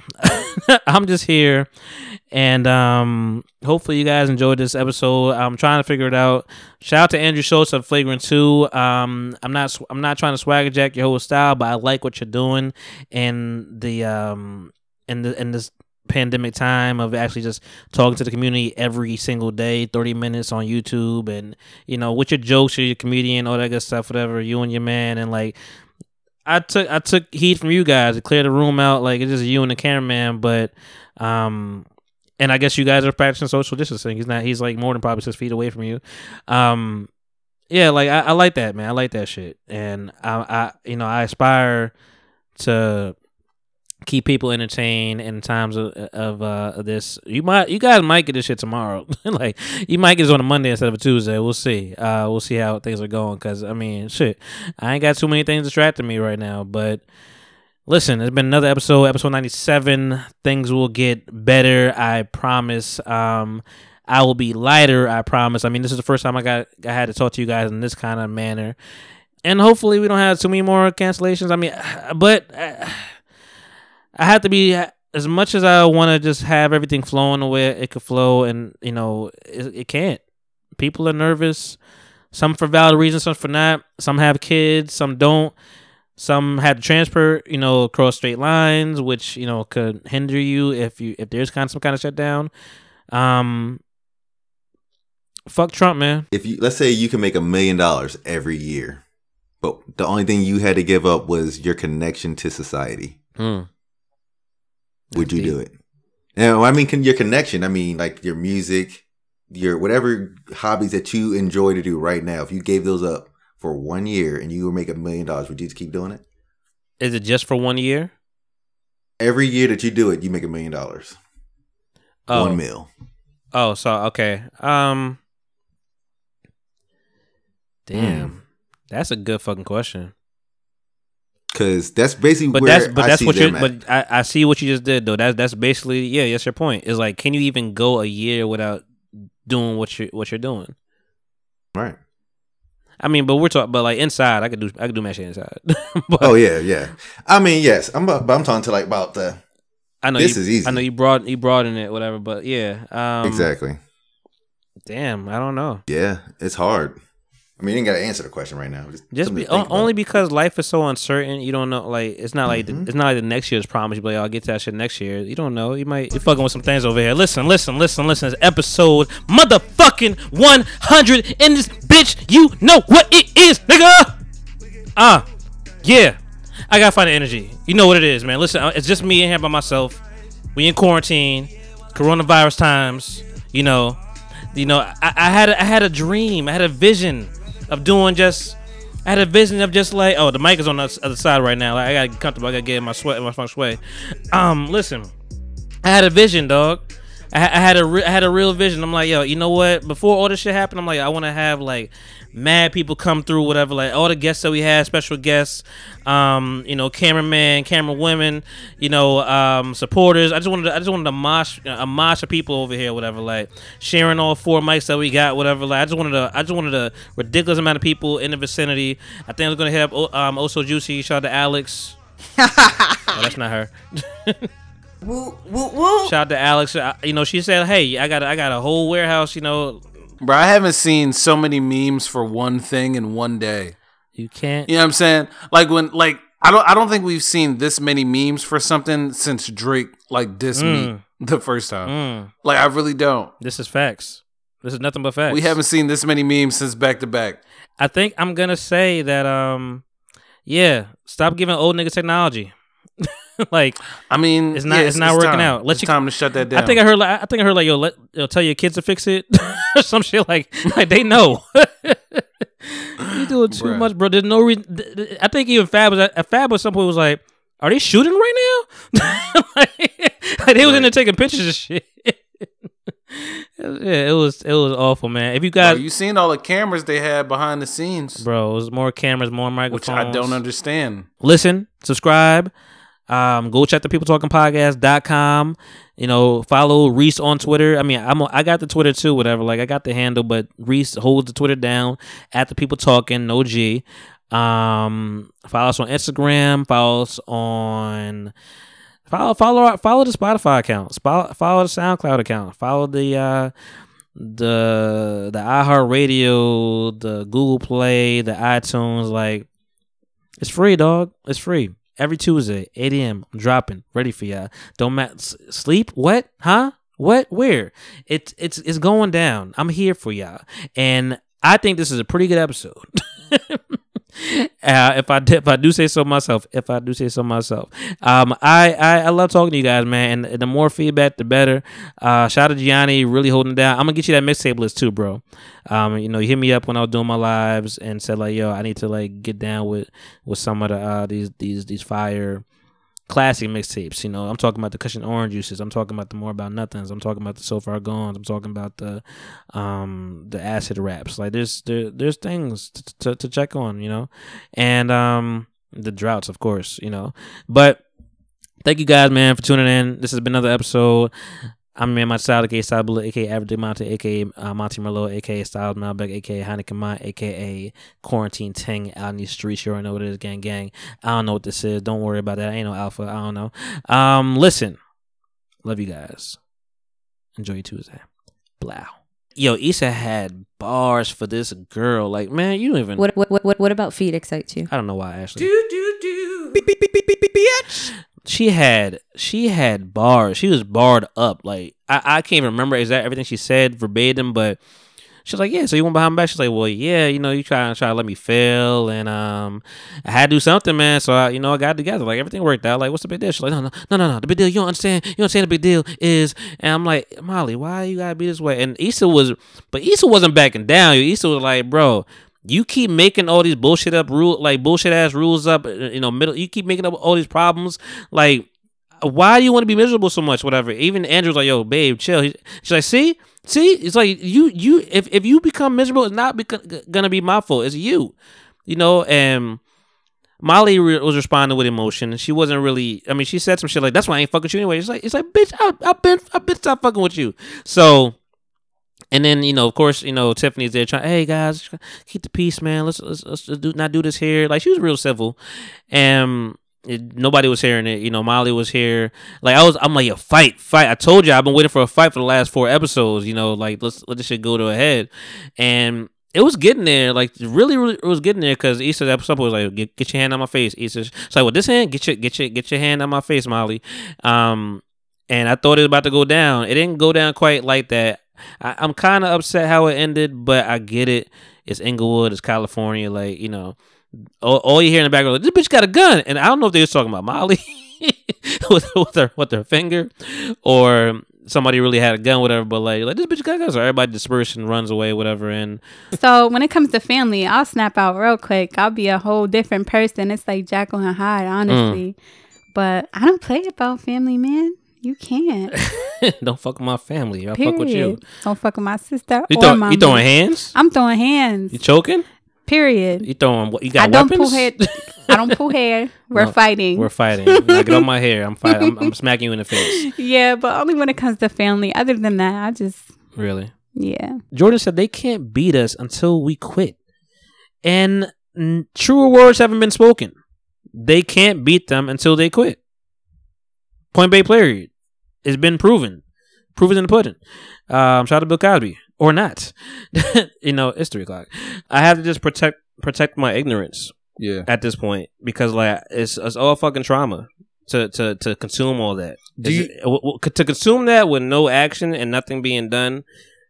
(laughs) I'm just here, and um, hopefully you guys enjoyed this episode. I'm trying to figure it out. Shout out to Andrew Schultz of Flagrant Two. Um, I'm not sw- I'm not trying to swagger jack your whole style, but I like what you're doing and the um in the in this pandemic time of actually just talking to the community every single day 30 minutes on youtube and you know with your jokes you're your comedian all that good stuff whatever you and your man and like I took I took heat from you guys to clear the room out. Like it's just you and the cameraman, but um, and I guess you guys are practicing social distancing. He's not. He's like more than probably six feet away from you. Um, yeah, like I, I like that man. I like that shit, and I, I you know I aspire to keep people entertained in times of, of uh of this you might you guys might get this shit tomorrow (laughs) like you might get this on a monday instead of a tuesday we'll see uh we'll see how things are going because i mean shit i ain't got too many things distracting me right now but listen it's been another episode episode 97 things will get better i promise um i will be lighter i promise i mean this is the first time i got i had to talk to you guys in this kind of manner and hopefully we don't have too many more cancellations i mean (sighs) but uh, I have to be as much as I want to just have everything flowing the way it could flow, and you know it, it can't. People are nervous. Some for valid reasons, some for not. Some have kids, some don't. Some had to transfer, you know, across straight lines, which you know could hinder you if you if there's kind of some kind of shutdown. Um, fuck Trump, man. if you let's say you can make a million dollars every year, but the only thing you had to give up was your connection to society. Mm-hmm. Hmm. Would you do it? Now, I mean, can your connection? I mean, like your music, your whatever hobbies that you enjoy to do right now. If you gave those up for one year and you were make a million dollars, would you just keep doing it? Is it just for one year? Every year that you do it, you make a million dollars. Oh. One mil. Oh, so okay. Um, damn, Hmm. that's a good fucking question. Because that's basically But where that's but I that's see what you them at. but I, I see what you just did though. That's that's basically yeah. That's your point. Is like, can you even go a year without doing what you what you're doing? Right. I mean, but we're talking. But like inside, I could do I could do my shit inside. (laughs) but, oh yeah, yeah. I mean, yes. I'm about, but I'm talking to like about the. I know this you, is easy. I know you broad you broaden it, whatever. But yeah, um, exactly. Damn, I don't know. Yeah, it's hard. I mean, you ain't got to answer the question right now. Just, Just something be, to think on- only because life is so uncertain. You don't know. Like it's not like the, Mm-hmm. it's not like the next year's promise. You be like, I'll get to that shit next year. You don't know. You might you fucking with some things over here. Listen, listen, listen, listen. It's episode motherfucking one hundred in this bitch. You know what it is, nigga. Uh, Ah, yeah. I gotta find the energy. You know what it is, man. Listen, I- it's just me in here by myself. We in quarantine, coronavirus times. You know, you know. I, I had a, I had a dream. I had a vision of doing just. I had a vision of just like, oh, the mic is on the other side right now. Like, I gotta get comfortable. I gotta get in my sweat, my feng shui. Um, listen. I had a vision, dog. I, I had a re- I had a real vision. I'm like, yo, you know what? Before all this shit happened, I'm like, I want to have like mad people come through, whatever. Like all the guests that we had, special guests, um, you know, cameraman, camera women, you know, um, supporters. I just wanted, to, I just wanted a mosh, a mosh of people over here, whatever. Like sharing all four mics that we got, whatever. Like I just wanted a, I just wanted a ridiculous amount of people in the vicinity. I think I was gonna have O- um, also juicy. Shout out to Alex. no, that's not her. (laughs) Woo, woo, woo. Shout out to Alex. Uh, You know, she said, "Hey, I got I got a whole warehouse. You know, Bro, I haven't seen so many memes for one thing in one day. You can't. You know what I'm saying? Like when like I don't I don't think we've seen this many memes for something since Drake like dissed Mm. me (laughs) the first time. Mm. Like I really don't. This is facts. This is nothing but facts." We haven't seen this many memes since back to back. I think I'm gonna say that. Um, yeah, stop giving old niggas technology. (laughs) like, I mean, it's not yeah, it's, it's- not it's working time. out. Let It's you, time to shut that I down. think I heard. Like, I think I heard like yo, let yo, tell your kids to fix it (laughs) or some shit like like they know. (laughs) you doing too Bruh. much, bro. There's no reason. th- th- I think even Fab was at Fab at some point was like, "Are they shooting right now?" (laughs) like, they was in there taking pictures and shit. (laughs) yeah, it was it was awful, man. If you Bro, guys, you seen all the cameras they had behind the scenes. bro. It was more cameras, more Which microphones. I don't understand. Listen, subscribe. Um, go check the people talking podcast.com. You know, follow Reese on Twitter. I mean, I'm a, I got the Twitter too, whatever. Like I got the handle, but Reese holds the Twitter down at the people talking, no G. Um, follow us on Instagram, follow us on follow follow our- follow the Spotify account, follow, follow the SoundCloud account, follow the uh the the iHeartRadio, the Google Play, the iTunes, like it's free, dog. It's free. Every Tuesday, 8 a.m. I'm dropping, ready for y'all. Don't ma- s- sleep. What? Huh? What? Where? It's it's it's going down. I'm here for y'all, and I think this is a pretty good episode. (laughs) uh, if I d- if I do say so myself, if I do say so myself, um, I, I I love talking to you guys, man. And the more feedback, the better. Uh, shout out to Gianni, really holding it down. I'm gonna get you that mixtape list too, bro. Um, you know, you hit me up when I was doing my lives and said like, yo, I need to like get down with with some of the uh, these these these fire classic mixtapes. You know, I'm talking about the cushion orange juices. I'm talking about the more about nothings. I'm talking about the so far gone. I'm talking about the um the acid raps. Like there's there, there's things to, to to check on. You know, and um the droughts, of course. You know, but thank you guys, man, for tuning in. This has been another episode. I'm man, my style, aka Style Bullet, aka Average Dick Monte, aka uh, Monty Merlot, aka Styles Malbec, aka Heineken Mont, aka Quarantine Ting out in these streets. You already know what it is, gang, gang. I don't know what this is. Don't worry about that. I ain't no alpha. I don't know. Um, listen, love you guys. Enjoy your Tuesday. Blow. Yo, Issa had bars for this girl. Like, man, you don't even. What, what, what, what about feet excites you? I don't know why, Ashley. She had she had bars. She was barred up. Like I, I can't even remember exactly everything she said verbatim, but she was like, Yeah, so you went behind my back? She's like, Well, yeah, you know, you try try to let me fail and um I had to do something, man. So I you know, I got it together. Like everything worked out. Like, what's the big deal? She's like, No, no, no, no, no. The big deal, you don't understand. You don't understand the big deal is and I'm like, Molly, why you gotta be this way? And Issa was but Issa wasn't backing down. Issa was like, Bro, you keep making all these bullshit up rule like bullshit ass rules up uh, you know middle you keep making up all these problems like why do you want to be miserable so much whatever even andrew's like yo babe chill He- she's like see see it's like you you if, if you become miserable it's not beca- gonna be my fault it's you you know and Molly re- was responding with emotion, and she wasn't really. I mean, she said some shit like, "That's why I ain't fucking with you anyway." It's like, it's like, bitch, I, I've been, I've been stopped fucking with you. So, and then you know, of course, you know, Tiffany's there trying, "Hey guys, keep the peace, man. Let's let's, let's do not do this here." Like she was real civil, and it, nobody was hearing it. You know, Molly was here. Like I was, I'm like, "Yo, fight, fight!" I told you, I've been waiting for a fight for the last four episodes. You know, like let's let this shit go to a head, and it was getting there. Like really, really, it was getting there because Issa at some point was like, get, "Get your hand on my face, Issa." It's like, "With this hand, get your get your get your hand on my face, Molly." Um, and I thought it was about to go down. It didn't go down quite like that. I, I'm kind of upset how it ended, but I get it. It's Inglewood, it's California, like you know, all, all you hear in the background, this bitch got a gun, and I don't know if they was talking about Molly (laughs) with, with her with her finger, or somebody really had a gun, whatever. But like, like this bitch got a gun, so everybody disperses and runs away, whatever. And (laughs) So when it comes to family, I'll snap out real quick. I'll be a whole different person. It's like Jackal and Hyde, honestly. Mm. But I don't play about family, man. (laughs) You can't. don't fuck with my family. I Period. fuck with you. Don't fuck with my sister. You or throw- you mommy. throwing hands? I'm throwing hands. You choking? Period. You throwing? what- You I got don't weapons? pull hair. I don't (laughs) pull hair. We're No, fighting. We're fighting. Now (laughs) get on my hair. I'm fighting. I'm, I'm smacking you in the face. yeah, but only when it comes to family. Other than that, I just Really? yeah. Jordan said they can't beat us until we quit. And n- truer words haven't been spoken. They can't beat them until they quit. Point Bay period. It's been proven. Proof is in the pudding. Um, shout out to Bill Cosby or not. (laughs) you know, it's three o'clock. I have to just protect protect my ignorance. Yeah. At this point, because like it's it's all fucking trauma to to to consume all that. Do Is you- it- uh, w- w- to consume that with no action and nothing being done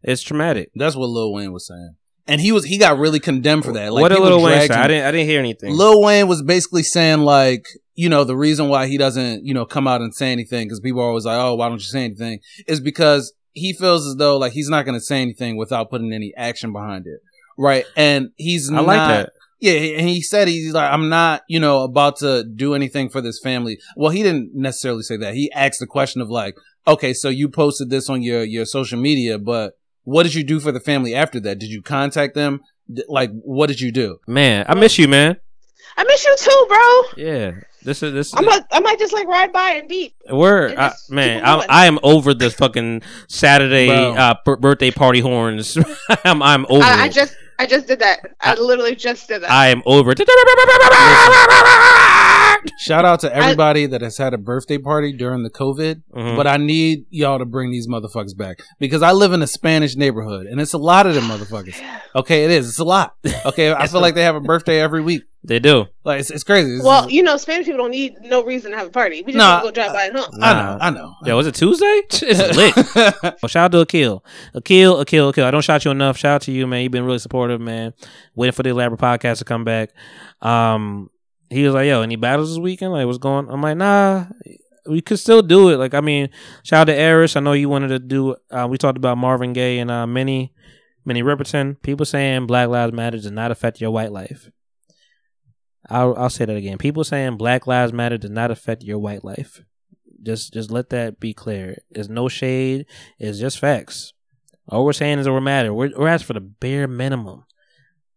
is traumatic. That's what Lil Wayne was saying. And he was he got really condemned for that. Like what did people Lil Wayne dragged say? him. I didn't I didn't hear anything. Lil Wayne was basically saying like, you know, the reason why he doesn't, you know, come out and say anything because people are always like, oh, why don't you say anything? Is because he feels as though like he's not going to say anything without putting any action behind it, right? And he's I like not- that. Yeah, and he said he's like, I'm not, you know, about to do anything for this family. Well, he didn't necessarily say that. He asked the question of like, okay, so you posted this on your your social media, but what did you do for the family after that? Did you contact them? D- Like, what did you do? Man, I miss you, man. I miss you too, bro. Yeah, this is this. I might, I might just like ride by and beat. We're I, man, I'm, I am over the fucking Saturday Bro. uh, b- birthday party horns. (laughs) I'm I'm over. I, I it. just, I just did that. I, literally just did that. I am over. it. Shout out to everybody that has had a birthday party during the COVID, Mm-hmm. but I need y'all to bring these motherfuckers back because I live in a Spanish neighborhood and it's a lot of them motherfuckers. Okay, it is. It's (laughs) a lot. Okay, I feel like they have a birthday every week. They do. Like it's, it's crazy. It's- well, you know, Spanish people don't need no reason to have a party. We just Nah, gonna go drive by and hunt. I know, I know. Yeah, was it (laughs) Tuesday? It's lit. well, shout out to Akil. Akil, Akil, Akil. I don't shout you enough. Shout out to you, man. You've been really supportive, man. Waiting for the elaborate podcast to come back. Um, he was like, yo, any battles this weekend? Like, what's going I'm like, nah. We could still do it. Like, I mean, shout out to Eris. I know you wanted to do uh, we talked about Marvin Gaye and uh Minnie Minnie Riperton. People saying Black Lives Matter does not affect your white life. I'll I'll say that again. People saying Black Lives Matter does not affect your white life. Just just let that be clear. It's no shade. It's just facts. All we're saying is that we're matter. We're we're asking for the bare minimum.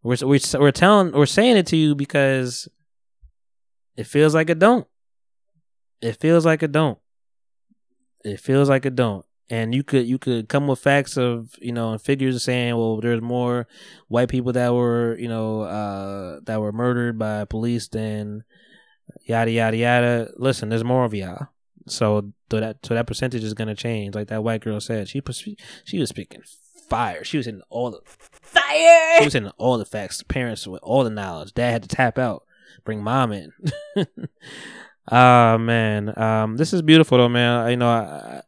We're we're we're telling we're saying it to you because it feels like it don't. It feels like it don't. It feels like it don't. And you could you could come with facts of you know and figures saying well there's more white people that were you know uh, that were murdered by police than yada yada yada. Listen, there's more of y'all. So so that so that percentage is gonna change. Like that white girl said, she pers- she was speaking fire. She was in all the fire. She was in all the facts. The parents with all the knowledge. Dad had to tap out, bring mom in. (laughs) Ah man, um, this is beautiful though, man. I- You know, I, I,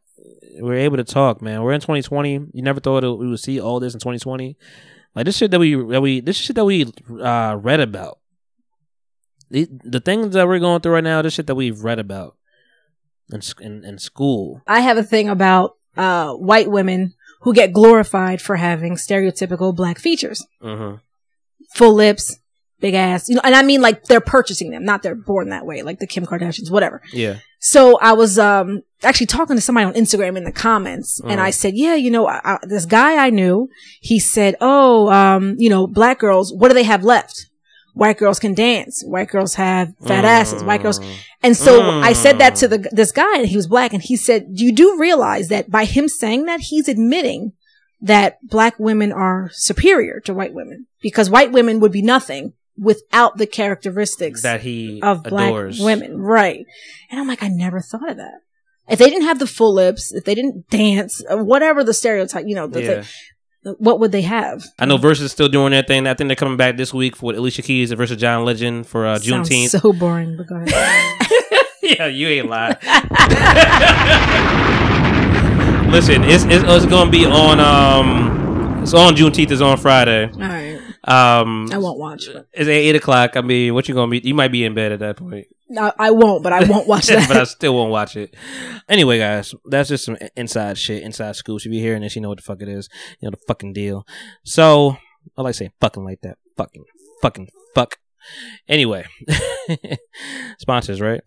we're able to talk, man. We're in 2020. You never thought it- we would see all this in 2020. Like this shit that we that we this shit that we uh, read about. The, the things that we're going through right now, this shit that we've read about in sc- in, in school. I have a thing about uh, white women who get glorified for having stereotypical black features. Mm-hmm. full lips, big ass, you know, and I mean like they're purchasing them, not they're born that way, like the Kim Kardashians, whatever. Yeah. So I was um actually talking to somebody on Instagram in the comments, and I Mhm. said, yeah, you know, I, I, this guy I knew, he said, oh, um, you know, black girls, what do they have left? White girls can dance. White girls have fat asses. White Mm. girls, and so I said that to the this guy, and he was black, and he said, "You do realize that by him saying that, he's admitting that black women are superior to white women because white women would be nothing without the characteristics That he of black adores. women, right?" And I'm like, I never thought of that. If they didn't have the full lips, if they didn't dance, uh, whatever the stereotype, you know, the Yeah. thing, what would they have? I know Versus is still doing their thing. I think they're coming back this week for with Alicia Keys versus John Legend for uh, Sounds Juneteenth. so boring. But go ahead. (laughs) yeah, you ain't lying. Listen, it's, it's it's gonna be on um, it's on Juneteenth. It's on Friday. All right. Um, I won't watch. It's eight, eight o'clock. I mean, what you gonna be? You might be in bed at that point. No, I won't, but I (laughs) won't watch that. but I (laughs) still won't watch it. Anyway, guys, that's just some inside shit, inside scoop. If you're hearing this, you know what the fuck it is. You know the fucking deal. So I like saying fucking like that. Fucking, fucking, fuck. Anyway, (laughs) sponsors, right?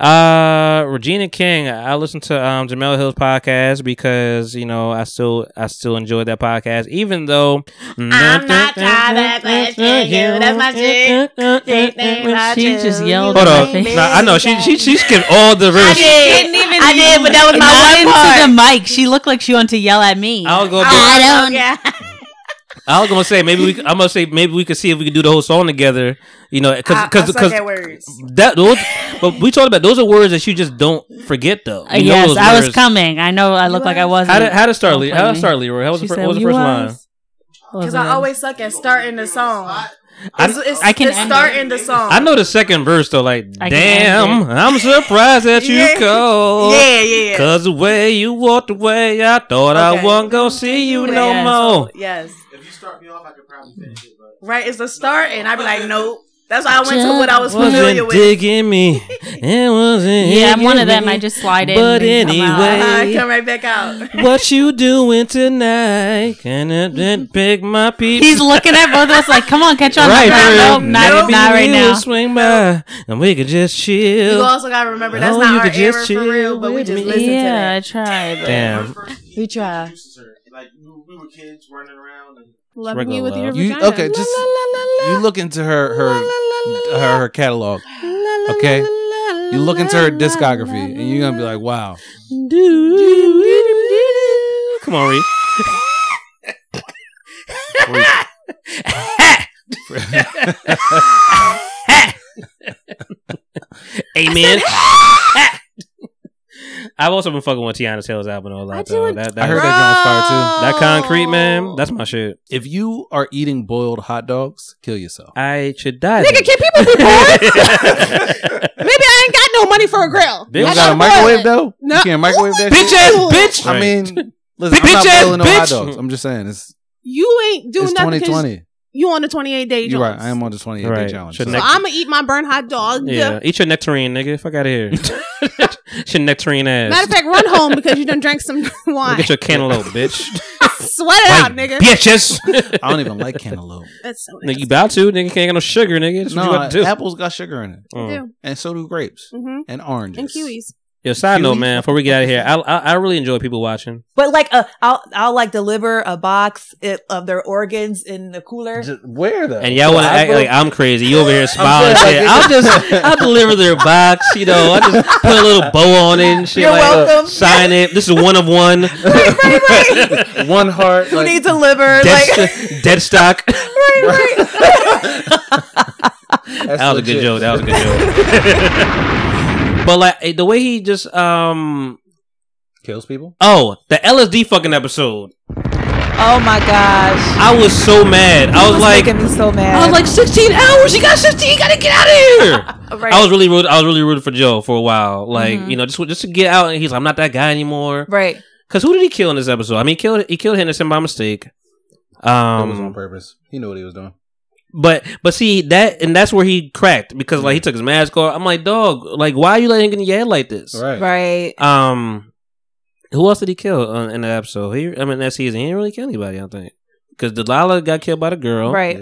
Uh, Regina King. I listened to um Jamel Hill's podcast because you know I still I still enjoyed that podcast, even though I'm not tired of you. That's my She just yelled. Hold on. Nah, I know she she she skipped all the I rivers. didn't even. I did, but that was my one part. into the mic. She looked like she wanted to yell at me. I'll go I don't. I was gonna say maybe we. I'm gonna say maybe we could see if we could do the whole song together. You know, because I- I because suck at words. that those. but we talked about those are words that you just don't forget though. You know Uh, yes, those I was words. coming. I know. I look like I wasn't. How did how did start? Don't Le- play how did me. start Leroy? How was She the, fir- said what was the you first line? was. Because Wasn't I it? always suck at starting the song. I- It's, it's, I can it's end starting the song. I know the second verse though. Like, I can damn, end I'm surprised that you Yeah. (laughs) go. Yeah, yeah, yeah. Cause the way you walked away, I thought I Okay. wasn't gonna see you no Yes. more. Yes. If you start me off, I could probably finish it. But... Right, it's the start, and I'd be like, nope. That's why I went to what I was Wasn't familiar with. digging me. It wasn't. Yeah, I'm one of digging them. I me. just slide in But and come out. anyway, Uh, (laughs) come right back out. (laughs) what you doing tonight? Can it, Mm-hmm. it pick my peep? He's looking at both of us like, "Come on, catch on." Right, nope, not, not right now. Swing by, and we could just chill. You also gotta remember that's Oh, not you our could era just for real, but we with just me. listen Yeah, I to tried. that. Damn. We try. Loving Regular you with your love. vagina. okay, just you look into her her her, her catalog. Okay, you look into her discography, and you're gonna be like, wow. Come on, Reed. (laughs) (laughs) Amen. I've also been fucking with Tiana Taylor's album a lot. Though. That, that, I heard that That concrete man, that's my shit. If you are eating boiled hot dogs, kill yourself. I should die. Nigga, can people (laughs) be poor? Maybe I ain't got no money for a grill. They don't I got a gotta microwave boil it. though. No. You can't microwave that. Bitch shit? ass bitch. I Right. (laughs) mean, listen, I'm Bitch not ass boiling no hot bitch. dogs. I'm just saying it's You ain't it's 2020. you on the 28 day You're right. I am on the 28 Right. day challenge. Should so- next- I'm gonna eat my burnt hot dog. Yeah, eat your nectarine, nigga. Fuck out of here. (laughs) Eat your nectarine ass. Matter of fact, run home because you done drank some (laughs) Go wine. get your cantaloupe, (laughs) bitch. Sweat it out, nigga. Bitches. (laughs) I don't even like cantaloupe. That's so Nigga, you about to? Nigga, can't get no sugar, nigga. That's what you No, about to do. apples got sugar in it, Mm. They do. and so do grapes Mhm. and oranges and kiwis. Yo, side note, man. Before we get out of here, I, I I really enjoy people watching. But like, uh, I'll I'll like deliver a box it, of their organs in the cooler. where though? And y'all want to I act vote- like I'm crazy. You over here smiling. I'm and good. shit. I'll just I'll deliver their box. You know, I just put a little bow on it and shit. You're like, welcome. Sign it. This is one of (laughs) one. (laughs) one heart. Who needs a liver? dead, Like, st- dead (laughs) stock. (laughs) that was a good legit. joke. That was a good joke. (laughs) but like eh, the way he just um kills people. Oh, the LSD fucking episode. oh my gosh! I was so mad. I was, like, making me so mad. I was like 16 hours. You got 16. You gotta get out of here. (laughs) Right. Mm-hmm. I was really rude. I was really rude for Joe for a while. Like you know, just just to get out. And he's like, I'm not that guy anymore. Right. Because who did he kill in this episode? I mean, he killed he killed Henderson by mistake. Um, It was on purpose. He knew what he was doing. but but see that and that's where he cracked because Mm. like he took his mask off. I'm like, dog, like why are you letting him get in your head like this? Right. Right. Um, who else did he kill uh, in the episode? He, I mean, that season he didn't really kill anybody. I don't think because Delilah got killed by the girl. Right.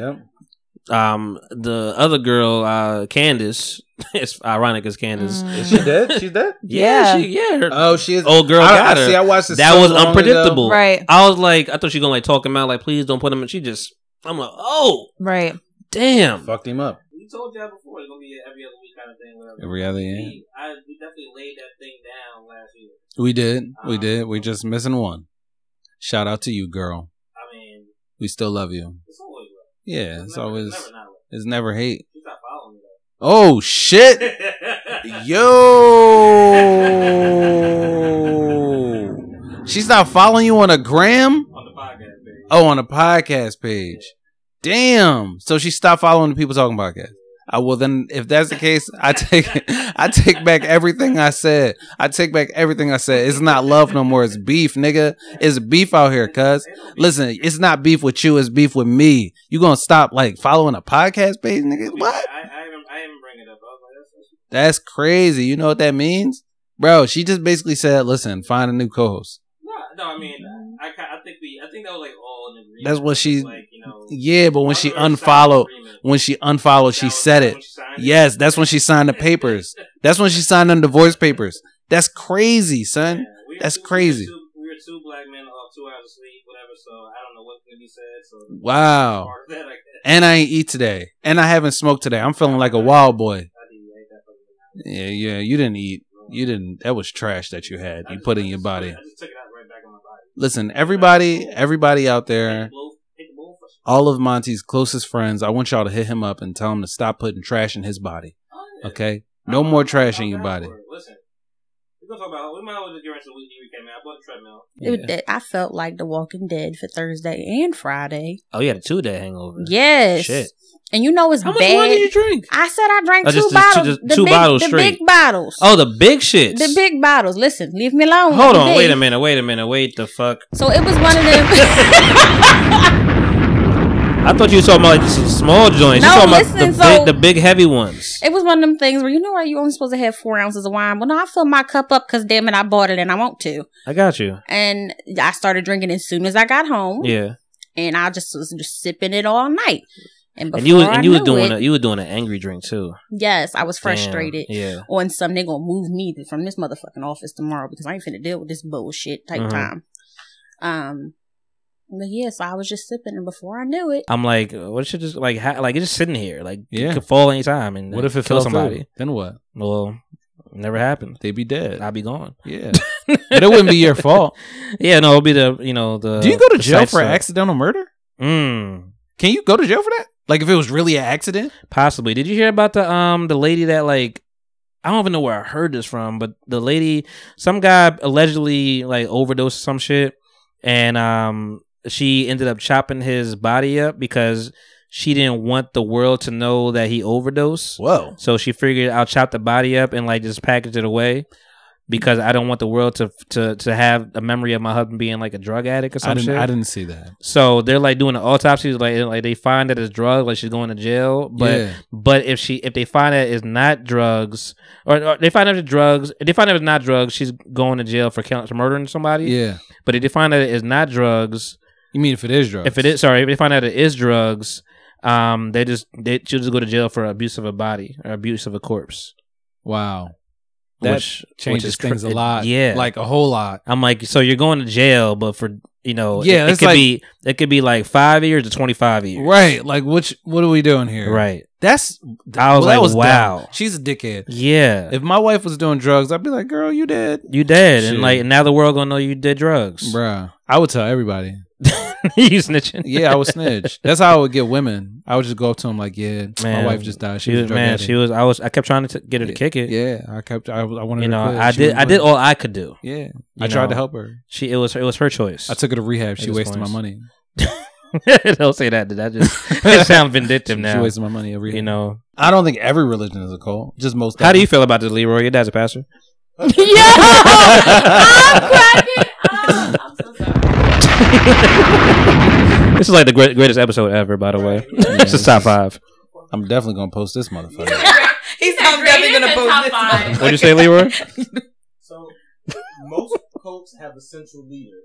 Um, the other girl, uh, Candace. (laughs) it's ironic as Candace. Mm. Is she dead? She's dead. (laughs) Yeah, she, yeah. her Oh, she is. Old girl I, got I, her. See, I watched uh, this that so was long unpredictable. ago. Right. I was like, I thought she gonna like talk him out, like please don't put him. And she just, I'm like, oh right. damn, fucked him up. We told y'all before it's gonna be every other week kind of thing. Whatever. Every other year. I we definitely laid that thing down last year. Um, We did. We did. We just missing one. Shout out to you, girl. I mean, We still love you. it's always love. Yeah, it's always never not love. it's never hate. You stop following me. though. Oh shit. (laughs) Yo. She's not following you on a gram? On the podcast, baby. Oh, on a podcast page. Damn. So she stopped following the people talking podcast. I will then, if that's the case, I take (laughs) I take back everything I said. I take back everything I said. It's not love no more. It's beef, nigga. It's beef out here, cuz. Listen, it's not beef with you. It's beef with me. You gonna stop like following a podcast page, nigga? What? I, I, am, I am bringing it up. I was like, that's That's crazy. You know what that means, bro? She just basically said, "Listen, find a new co-host." No, no, I mean, I, ca- I think we, I think that was like all in agreement. That's what she. like, you know, yeah, but when she unfollowed, when she unfollowed, she said it. Yes, that's when (laughs) she signed the papers. That's when she signed them divorce papers. That's crazy, son. That's crazy. we were two black men off two hours of sleep, whatever. So I don't know what's gonna be said. So Wow. And I ain't eat today. And I haven't smoked today. I'm feeling like a wild boy. Yeah, yeah. You didn't eat. You didn't. That was trash that you had. You put in your body. Listen, everybody, everybody out there, all of Monty's closest friends, I want y'all to hit him up and tell him to stop putting trash in his body. Okay? No more trash in your body. listen, we gonna talk about. We might as well just get right to the weekly recap, man. I bought a treadmill. It- that- I felt like The Walking Dead for Thursday and Friday. Oh, you had a two day hangover. Yes. Shit. And you know it's How much bad. wine did you drink? I said I drank Oh, two just- just- bottles. just the two big, bottles The straight. big bottles. Oh, the big shits. The big bottles. Listen, leave me alone. Hold The on. big. Wait a minute. Wait a minute. Wait the fuck. So it was one of (laughs) them. I thought you were talking about like some small joints. you No, talking about listen, the, big, so- the big heavy ones. It was one of them things where you know where you only supposed to have four ounces of wine. Well, no, I filled my cup up because damn it, I bought it and I want to. I got you. And I started drinking as soon as I got home. Yeah. And I just was just sipping it all night. And, before And you was, I and you was knew doing it, a, you were doing an angry drink too. Yes, I was Damn, frustrated. yeah. On some they gonna move me from this motherfucking office tomorrow because I ain't finna deal with this bullshit type Mhm. time. Um, but yeah, so I was just sipping, and before I knew it, I'm like, what should just like ha- like it's just sitting here like Yeah. it could fall anytime and uh, What if it kill fell through? somebody? Then what? Well, never happened. They'd be dead. I'd be gone. (laughs) Yeah, But it wouldn't be your fault. Yeah, no, it'd be the you know the. Do you go to the jail side for stuff. accidental murder? Mm. Hmm. Can you go to jail for that? Like if it was really an accident? Possibly. Did you hear about the um the lady that like I don't even know where I heard this from, but the lady some guy allegedly like overdosed or some shit and um she ended up chopping his body up because she didn't want the world to know that he overdosed. Whoa. So she figured I'll chop the body up and like just package it away. Because I don't want the world to to to have a memory of my husband being like a drug addict or I something. didn't, I didn't see that. So they're like doing an autopsy, like like they find that it's drugs, like she's going to jail. But Yeah. but if she if they find that it's not drugs, or, or they find out it's drugs, if they find out it's not drugs, she's going to jail for count for murdering somebody. Yeah. But if they find out it's not drugs, you mean if it is drugs? If it is sorry, if they find out it is drugs, um, they just they she'll just go to jail for abuse of a body or abuse of a corpse. Wow. That changes is things a it- lot. Yeah, Like a whole lot. I'm like, so you're going to jail, but for you know, Yeah, it, it it's could like- be it could be like five years to twenty five years. Right. Like which what are we doing here? Right. That's I was well, that like, was dumb. wow. She's a dickhead. Yeah. If my wife was doing drugs, I'd be like, girl, you dead. You dead, Shit. and like now the world gonna know you did drugs, Bruh. I would tell everybody. (laughs) you snitching? Yeah, I (laughs) would snitch. That's how I would get women. I would just go up to them like, yeah, my wife just died. She was a drug man. addict. She was. I was. I kept trying to t- get her to kick it. Yeah, I kept. I, I You wanted. her to know, quit. I She did. wouldn't I did quit. all I could do. Yeah. You I tried to help her. She. It was. It was her choice. I took her to rehab. She At this wasted point. (laughs) my money. Don't say that. That (laughs) just it sound vindictive She- now. She wasted my money every. You know. I don't think every religion is a cult. Just most. How do you feel about this, Leroy? Your dad's a (laughs) pastor. (laughs) This is like the great, greatest episode ever, by the way. (laughs) this is top five. I'm definitely gonna post this (laughs) motherfucker. He's I'm definitely gonna post this. motherfucker. What'd you say, Leroy? (laughs) So most cults have a central leader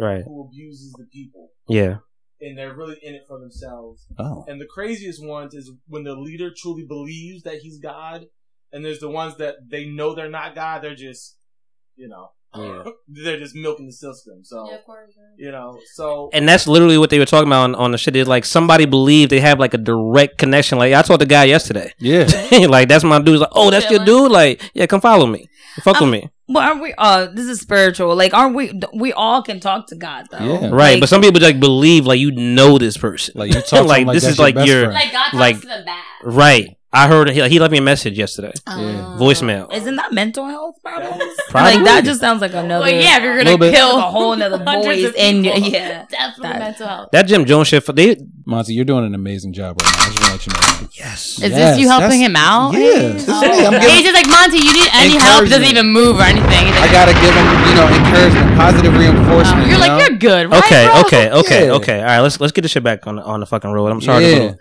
Right. who abuses the people. Yeah. And they're really in it for themselves. Oh. And the craziest ones is when the leader truly believes that he's God, and there's the ones that they know they're not God, they're just you know Yeah. (laughs) they're just milking the system. So you know, so And that's literally what they were talking about on, on the shit. Is like somebody believed they have like a direct connection. Like I told the guy yesterday. Yeah. (laughs) like that's my dude. He's Like oh, that's your dude. Like yeah, come follow me. Fuck with me. Well, aren't we? Uh, this is spiritual. Like, aren't we? We all can talk to God though. Right, Like, but some people like believe like you know this person. Like (laughs) you talk to them like that's your best friend. Like, God talks to them back. Right. I heard he, he left me a message yesterday, voicemail. Isn't that mental health problems? Probably. (laughs) Like that just sounds like another. Well, yeah, if you're gonna Little bit. kill (laughs) a whole another hundreds boys of in your people, yeah, (laughs) definitely mental health. That Jim Jones shit. For, they Monty, you're doing an amazing job right now. I just want to let you know. Yes. Is this you helping him out? Yeah. This is me. I'm He's giving, just like Monty. You need any help? Doesn't even move or anything. He's I like, gotta give him, you know, encouragement, positive reinforcement. you're like you're good, right? okay, bro? okay, okay, Yeah. okay. All right, let's let's get this shit back on the- on the fucking road. I'm sorry, Yeah. a little,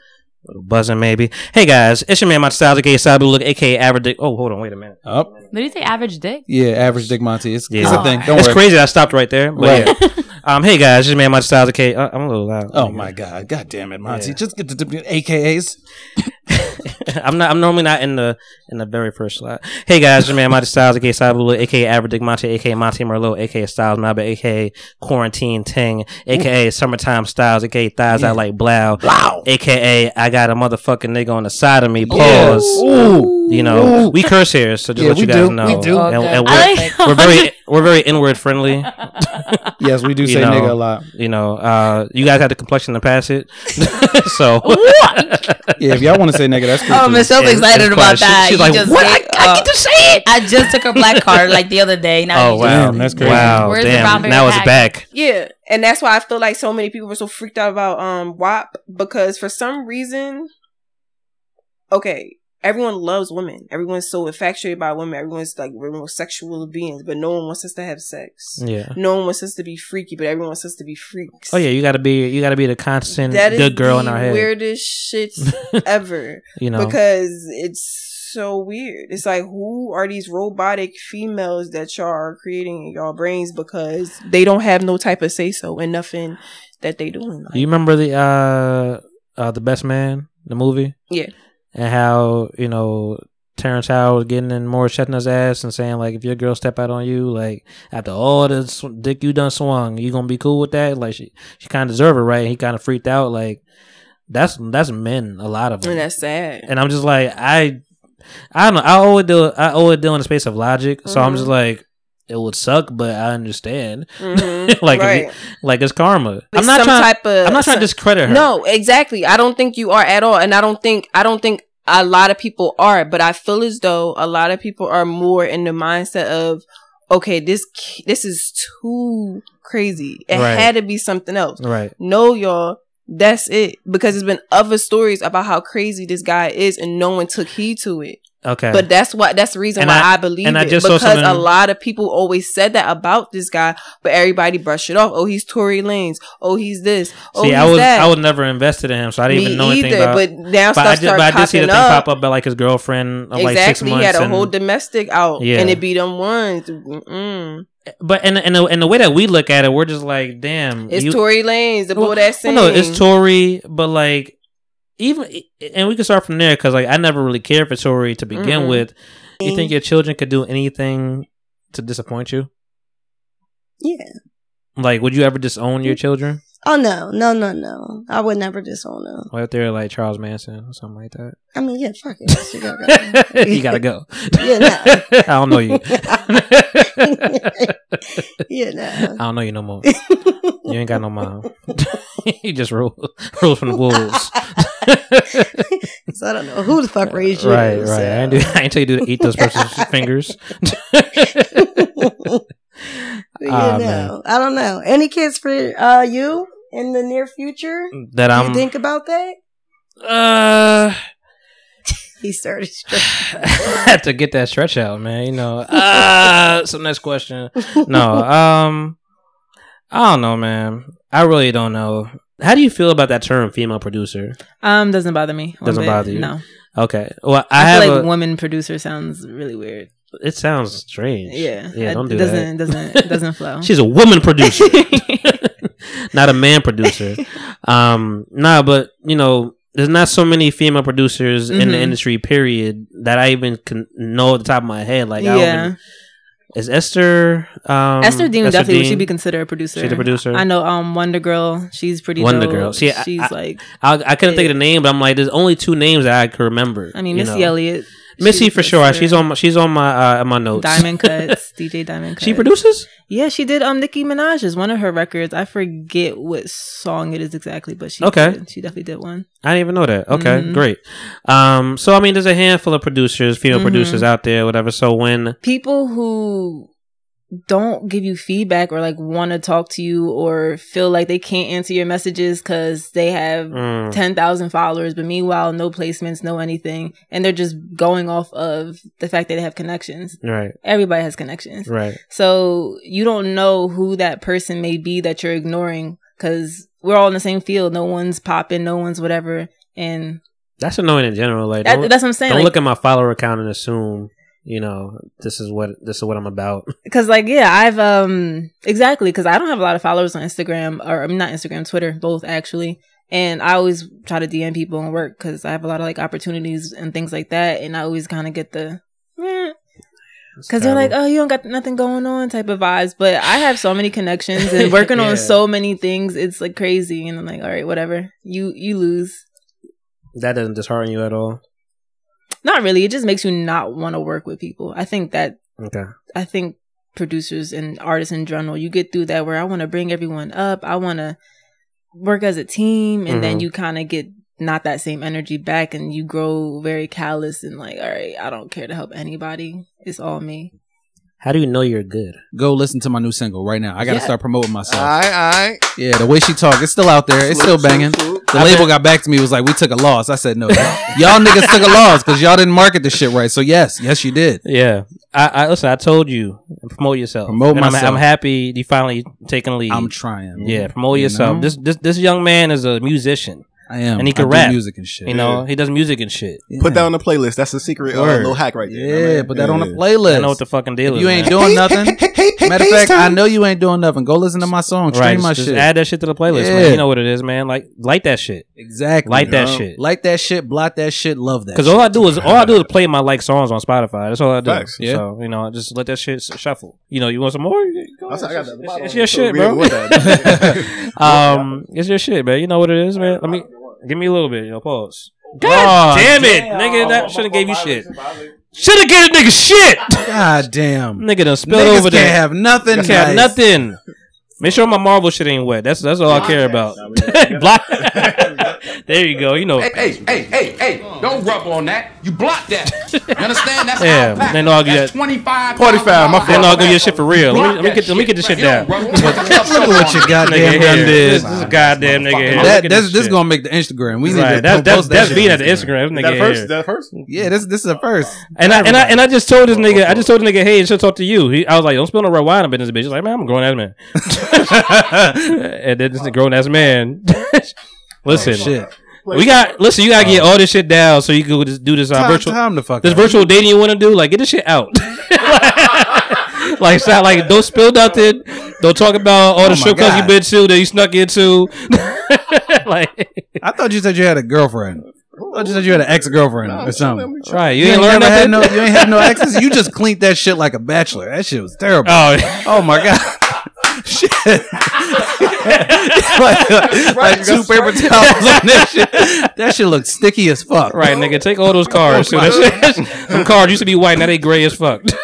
little buzzing maybe. Hey guys, it's your man, my style, aka Sabu, look, aka average. Dick- Oh, hold on, wait a minute. Up. Did he say average dick? Yeah, average Dick Monty. It's, it's a thing. Don't it's worry. crazy. that I stopped right there. But Right. yeah. um, hey guys, it's your man, my style, aka. I- I'm a little loud. Oh my god, god damn it, Monty. Just get the, the AKAs. (laughs) I'm not. I'm normally not in the in the very first slot. Hey guys, it's your man Monty Styles, aka Cyberblue, aka Average Dick Monte, aka Monty Merlot, aka Styles Mabba, aka Quarantine Ting, aka Summertime Styles, aka Thighs I Like Blow, aka I got a motherfucking nigga on the side of me. Pause. Ooh. You know, Ooh. we curse here, so just Yeah, let you we guys do. know. We do. And, Okay. and I we're, like we're how very you- we're very inward friendly. (laughs) Yes, we do You say know, nigga a lot. You know, uh, you guys have the complexion to pass it. (laughs) so (laughs) yeah, if y'all want to say nigga, that's cool. Oh, too. Michelle's excited about she- that. she's You like, just "What? Gave, I, get to say it. I just took her black (laughs) card like the other day. Now oh you wow, Damn, that's crazy. Wow, Where's the Oh, damn. Robert now it's Hack? back. Yeah, and that's why I feel like so many people were so freaked out about um WAP because for some reason, okay, everyone loves women. Everyone's so infatuated by women. Everyone's like we're more sexual beings, but no one wants us to have sex. Yeah. no one wants us to be freaky, but everyone wants us to be freaks. Oh yeah, you gotta be you gotta be the constant That is good girl the in our head. Weirdest shit (laughs) ever. You know. because it's so weird. It's like who are these robotic females that y'all are creating in y'all brains because they don't have no type of say so and nothing that they do. You remember the uh uh the best man, the movie? Yeah. And how, you know, Terrence Howard was getting in Morris Chestnut's ass and saying like if your girl step out on you, like after all the sw- dick you done swung, you gonna be cool with that? Like she she kinda deserve it, right? He kinda freaked out, like that's that's men, a lot of them. And that's sad. and I'm just like I, I don't know. I owe it to I owe it to in the space of logic. So I'm Mhm. just like it would suck, but I understand. (laughs) Mhm, like if you- right. like it's karma. But I'm not some trying. type of- I'm not trying to some- discredit her. No, exactly. I don't think you are at all, and I don't think I don't think a lot of people are. But I feel as though a lot of people are more in the mindset of, okay, this ki- this is too crazy. It Right. had to be something else. Right. No, y'all. That's it. Because there's been other stories about how crazy this guy is, and no one took heed to it. Okay. But that's why that's the reason And why I- I, believe and I it just saw because a something- lot of people always said that about this guy, but everybody brushed it off. Oh, he's Tory Lanez. Oh, he's this. Oh, See, he's I was that. I was never invested in him, so I didn't Me even know anything either, about. but now but stuff I did, started but I did see the popping thing up. pop up about like his girlfriend of like six exactly. months. he had a and- whole domestic out, Yeah. and it be them ones. Mm-mm. but and and the, and the way that we look at it, we're just like, damn, It's you- Tory Lanez, the boy that Well, sings. no, it's Tory, but like even and we can start from there because like I never really cared for Tory to begin Mm-mm. Mm-hmm. with. You think your children could do anything to disappoint you? Yeah. Like, would you ever disown Mm-hmm. your children? Oh no, no, no, no. I would never disown them. Or if they're like Charles Manson or something like that? I mean, yeah, fuck it. She gotta go. (laughs) you gotta go. Yeah, nah. (laughs) I don't know you. (laughs) Yeah, nah. I don't know you no more. you ain't got no mom. (laughs) you just rule rules from the wolves. So I don't know who the fuck raised you. Right, right. so. I ain't do. I ain't tell you to eat those (laughs) person's fingers. But, you Ah, man. know, I don't know. Any kids for uh, you in the near future? That Do I'm- You think about that? Uh. (laughs) He started. had to get that stretch out, man. You know. Uh, so next question. (laughs) No. Um. I don't know, man. I really don't know. How do you feel about that term, female producer? Um, doesn't bother me. one Doesn't bit. bother you. No, Okay. Well, I, I, have feel like a- woman producer sounds really weird. It sounds strange. Yeah, Yeah. it Don't do doesn't- that. (laughs) doesn't- it doesn't flow. She's a woman (laughs) producer, (laughs) not a man producer. Um. Nah, but you know, there's not so many female producers in the Mhm. industry. Period. That I even can know at the top of my head. Like, I Yeah. don't even, is Esther? Um, Esther Dean definitely Dean? should be considered a producer. She's a producer. I know. Um, Wonder Girl. She's pretty. Wonder dope. Girl. See, I- she's I, like. I, I couldn't think of the name, but I'm like, there's only two names that I could remember. I mean, you Missy know? Elliott. Missy for sure. She's on. My, she's on my uh, my notes. (laughs) Diamond Cuts, DJ Diamond Cuts. She produces? Yeah, she did um Nicki Minaj's one of her records. I forget what song it is exactly, but she Okay. did- she definitely did one. I didn't even know that. Okay, Mhm. great. Um, so I mean, there's a handful of producers, female Mhm. producers out there, whatever. So when People who don't give you feedback or like want to talk to you or feel like they can't answer your messages because they have Mm. 10,000 followers, but meanwhile, no placements, no anything. And they're just going off of the fact that they have connections. Right. Everybody has connections. Right. So you don't know who that person may be that you're ignoring because we're all in the same field. No one's popping, no one's whatever. And that's annoying in general. Like That- don't- that's what I'm saying, Don't like- look at my follower account and assume you know this is what this is what I'm about. (laughs) Cause like yeah, I've um exactly because I don't have a lot of followers on Instagram or I'm not Instagram, Twitter, both actually. And I always try to DM people and work because I have a lot of like opportunities and things like that. And I always kind of get the Mm. because they're like, oh, you don't got nothing going on type of vibes. But I have so many connections and working Yeah. on so many things, it's like crazy. And I'm like, all right, whatever. You you lose. That doesn't dishearten you at all. Not really. It just makes you not want to work with people. I think that Okay. I think producers and artists in general, you get through that where I want to bring everyone up. I want to work as a team, and then Mhm. you kind of get not that same energy back, and you grow very callous and like, all right, I don't care to help anybody. It's all me. How do you know you're good? Go listen to my new single right now. I got to Yeah. start promoting myself. I, yeah, the way she talk, it's still out there. It's still banging. The label got back to me was like, "We took a loss." I said, "No, y'all niggas took a loss because y'all didn't market the shit right." So yes, yes, you did. Yeah. I, I listen. I told you promote yourself. Promote And I'm- myself. I'm, happy you finally taking lead. I'm trying. Yeah, promote You yourself. know? This this this young man is a musician. I am. and he I can do rap music and shit. You know, Yeah. he does music and shit. Put that on the playlist. That's a secret uh, Word. little hack right there. Yeah, man. put that on the Yeah. playlist. I know what the fucking deal If is. you ain't man. (laughs) doing nothing. Matter of fact, I know you ain't doing nothing. Go listen to my song. Stream Right, my just shit. add that shit to the playlist, man. Yeah. You know what it is, man. Like, like that shit. Exactly. Like that Yeah. shit. Like that shit. Block that shit. Love that. Because all I do is all I do is play my like songs on Spotify. That's all I do. Facts. Yeah. So you know, just let that shit s- shuffle. You know, you want some more? Go I said, I got the It's, bottle. it's your It's so shit, weird bro. (laughs) with that. (laughs) um, it's your shit, man. You know what it is, man. Let me give me a little bit. Yo, pause. God God damn it, damn. nigga! That should have gave you shit. Should have gave a nigga shit. God damn. Nigga done spilled Niggas over can't there. have nothing Can't have nice. nothing. Make sure my Marvel shit ain't wet. That's that's all I care about. (laughs) Block. (laughs) there you go. You know. Hey, hey, hey, hey, hey, don't rub on that. You block that. You understand? That's (laughs) Yeah, our pack. they know I get- That's 25 Forty five. my Then fault. I'll go your shit for real. Let me, let me get let me get this shit down. Look what you goddamn nigga done here. This, did. this goddamn nigga here. That, Look at that's this shit. gonna make the Instagram. We need Right, to that's- that's, that's- post that's that. being at the Instagram. This nigga That first, here. that first. Yeah, this this is the first. And I and I and I just told this nigga, I just told the nigga, hey, she'll talk to you. He, I was like, don't spill no red wine up in this bitch. He's like, man, I'm a grown ass man. (laughs) and then this grown ass man. (laughs) listen, Oh, shit. Oh. we got listen. You gotta get all this shit down so you can just do this uh, Time- virtual time to fuck this up. virtual dating you want to do. Like, get this shit out. (laughs) like, sound like don't spill nothing. Don't talk about all Oh the my strip clubs you God. been to (laughs) (laughs) that you snuck into. like, I thought you said you had a girlfriend. I thought you said you had an ex girlfriend or something. Right, you ain't learned never had no. nothing? You ain't had no (laughs) exes. You just cleaned that shit like a bachelor. That shit was terrible. Oh, my (laughs) god. (laughs) Shit. like like two paper towels on (laughs) that shit. That shit looked sticky as fuck. Oh Right, nigga, take all those cards. So that's- (laughs) them cards used to be white, now they gray as fuck. (laughs) Those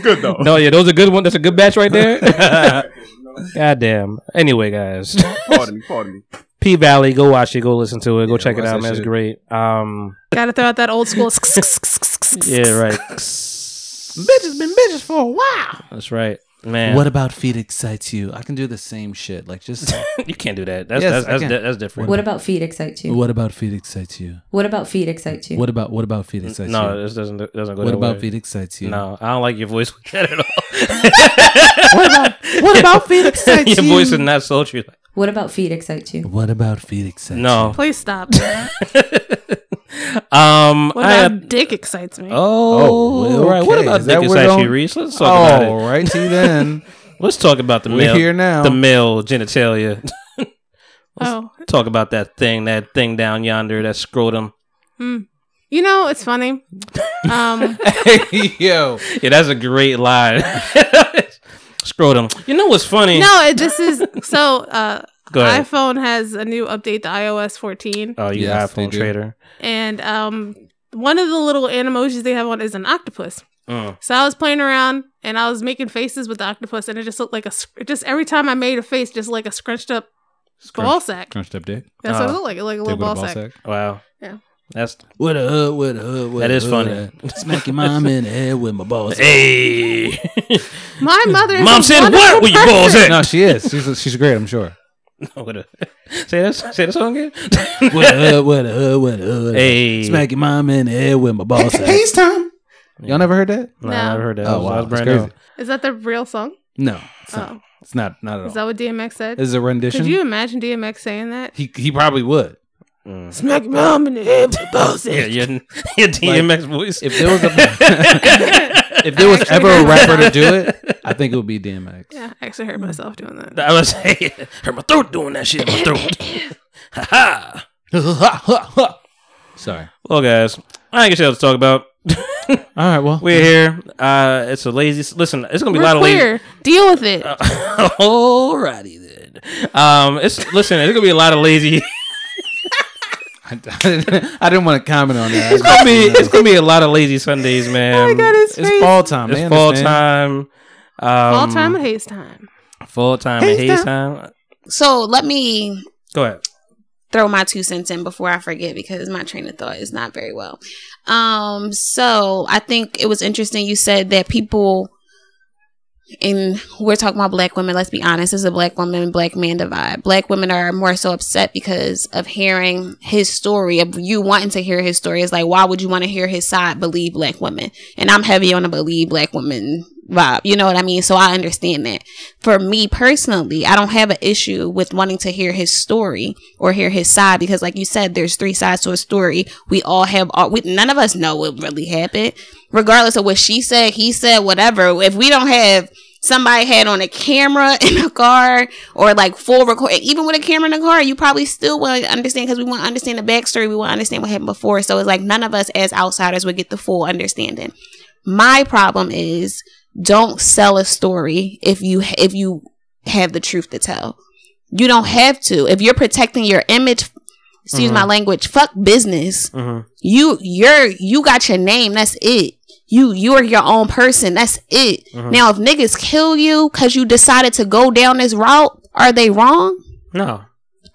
good though. no, yeah, those are good one. That's a good batch right there. (laughs) (laughs) Goddamn. Anyway, guys. Pardon me, pardon me. P Valley, go watch it, go listen to it, go check it watch out, that man. It's shit. great. Um, (laughs) Gotta throw out that (laughs) old school. (laughs) yeah, (laughs) right. Bitches been bitches for a while. That's right, man. What about feet excites you? I can do the same shit. Like just (laughs) you can't do that. That's- that's- I that's can. di- that's different. What about feet excites you? What about feet excites you? What about feet excites you? What about what about feet excites you? no, this doesn't doesn't go. What that about way. feet excites you? No, I don't like your voice like that at (laughs) all. What about- what (laughs) about feet excites Your voice you? is not sultry. What about feet excites you? What about feet excites No. Please stop. (laughs) Um, What I- about dick excites me? Oh, well, all right. What okay. about Is that Dick where Sachi don't- Oh, Reese? Let's talk about it. All righty then. (laughs) Let's talk about the We're male. here now. The male genitalia. (laughs) Let's Oh. Talk about that thing, that thing down yonder, that scrotum. Hmm. You know, it's funny. (laughs) Um, Yo. Yeah, that's a great line. (laughs) scrotum. You know what's funny? no, it, this is so. Uh, Go ahead. iPhone has a new update, the iOS 14, Oh, you Yes, they iPhone do. trader. and um, one of the little animojis they have on is an octopus. Mm. So I was playing around and I was making faces with the octopus, and it just looked like a sc- it just every time I made a face, just like a scrunched up ball sack. Crunched up dick. That's what it Uh, looked like, like Oh. a little ball sack. Wow. Yeah. That's What a hood, what a hood, what That a is hood funny. at. Smack your mom in the head with my balls. (laughs) Hey. (laughs) My mother. Is Mom a said, wonderful "What were your balls person." at?" Oh, No, she is. She's she's great. I'm sure. What a- say that. Say that song again. (laughs) What a (laughs) hood, what a hood, what a hood. Hey. Smack your mom in the head with my (laughs) balls. time. Y'all never heard that? No, I never heard that. Oh, That wow, was- that was that's brand new. crazy. Is that the real song? No, it's Oh. not. It's not not at all. Is that what DMX said? Is it a rendition? Could you imagine DMX saying that? he he probably would. Smack your mom in the head with a ball sack. Mm. Yeah, your, your DMX voice. If there (laughs) was (laughs) a if there was ever a rapper to (laughs) do it, I think it would be DMX. Yeah, I actually hurt myself doing that. I was saying, (laughs) hurt my throat doing that shit. in My (coughs) (laughs) throat. ha (laughs) ha. Sorry. Well, guys, I ain't got shit else to talk about. All right. Well, (laughs) we're here. Uh, it's a lazy. Listen, it's gonna be Uh, We're a lot of lazy. queer. Deal with (laughs) it. Alrighty then. Um, it's listen. It's gonna be a lot of lazy. (laughs) I didn't, I didn't want to comment on that. It's gonna be it's gonna be a lot of lazy Sundays, man. Oh my god, it's It's fall time. It's They fall time. understand. Um, All time and haze time. Full time and Haze haze time. So let me Go ahead. throw my two cents in before I forget because my train of thought is not very well. Um, so I think it was interesting you said that people and we're talking about black women, let's be honest, it's a black woman, black man divide. Black women are more so upset because of hearing his story, of you wanting to hear his story. It's like, why would you want to hear his side? Believe black women. And I'm heavy on the believe black women vibe. You know what I mean? So I understand that. For me personally, I don't have an issue with wanting to hear his story or hear his side because, like you said, there's three sides to a story. We all have, all, we, none of us know what really happened. Regardless of what she said, he said, whatever. If we don't have, somebody had on a camera (laughs) in a car or like full record even with a camera in a car you probably still want to understand because we want to understand the backstory we want to understand what happened before so it's like none of us as outsiders would get the full understanding my problem is don't sell a story if you if you have the truth to tell you don't have to if you're protecting your image excuse my Mhm. language fuck business Mm-hmm. you you're you got your name that's it you you're your own person that's it Mhm. now if niggas kill you because you decided to go down this route are they wrong No.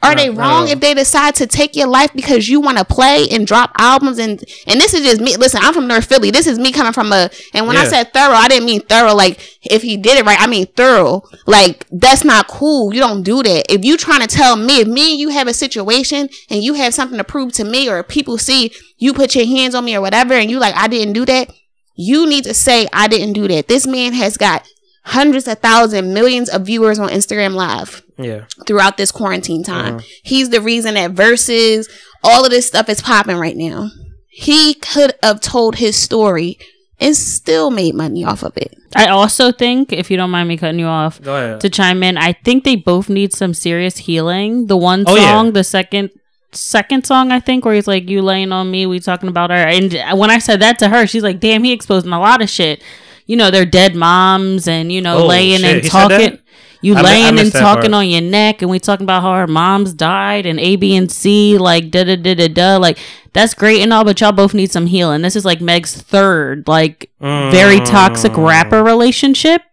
are Not- they not at wrong all. if they decide to take your life because you want to play and drop albums and and this is just me listen i'm from north philly this is me coming from a and when i Yeah. said thorough i didn't mean thorough like if he did it right i mean thorough like that's not cool you don't do that if you trying to tell me if me and you have a situation and you have something to prove to me or people see you put your hands on me or whatever and you like i didn't do that you need to say i didn't do that this man has got hundreds of thousands millions of viewers on instagram live Yeah. throughout this quarantine time. Mhm. He's the reason that verses, all of this stuff is popping right now. He could have told his story and still made money off of it. I also think, if you don't mind me cutting you off, Go ahead. to chime in, I think they both need some serious healing. The one Oh, yeah. song, the second second song, I think, where he's like, "You laying on me," we talking about her, and when I said that to her, she's like, "Damn, he exposing a lot of shit." You know, they're dead moms, and you know, Oh, laying shit. and He said that? talking. You I mi- I laying and missed that part. talking on your neck, and we talking about how her mom's died and A, B, and C, like da da da da da. Like that's great and all, but y'all both need some healing. This is like Meg's third, like very Mm. toxic Mm. rapper relationship.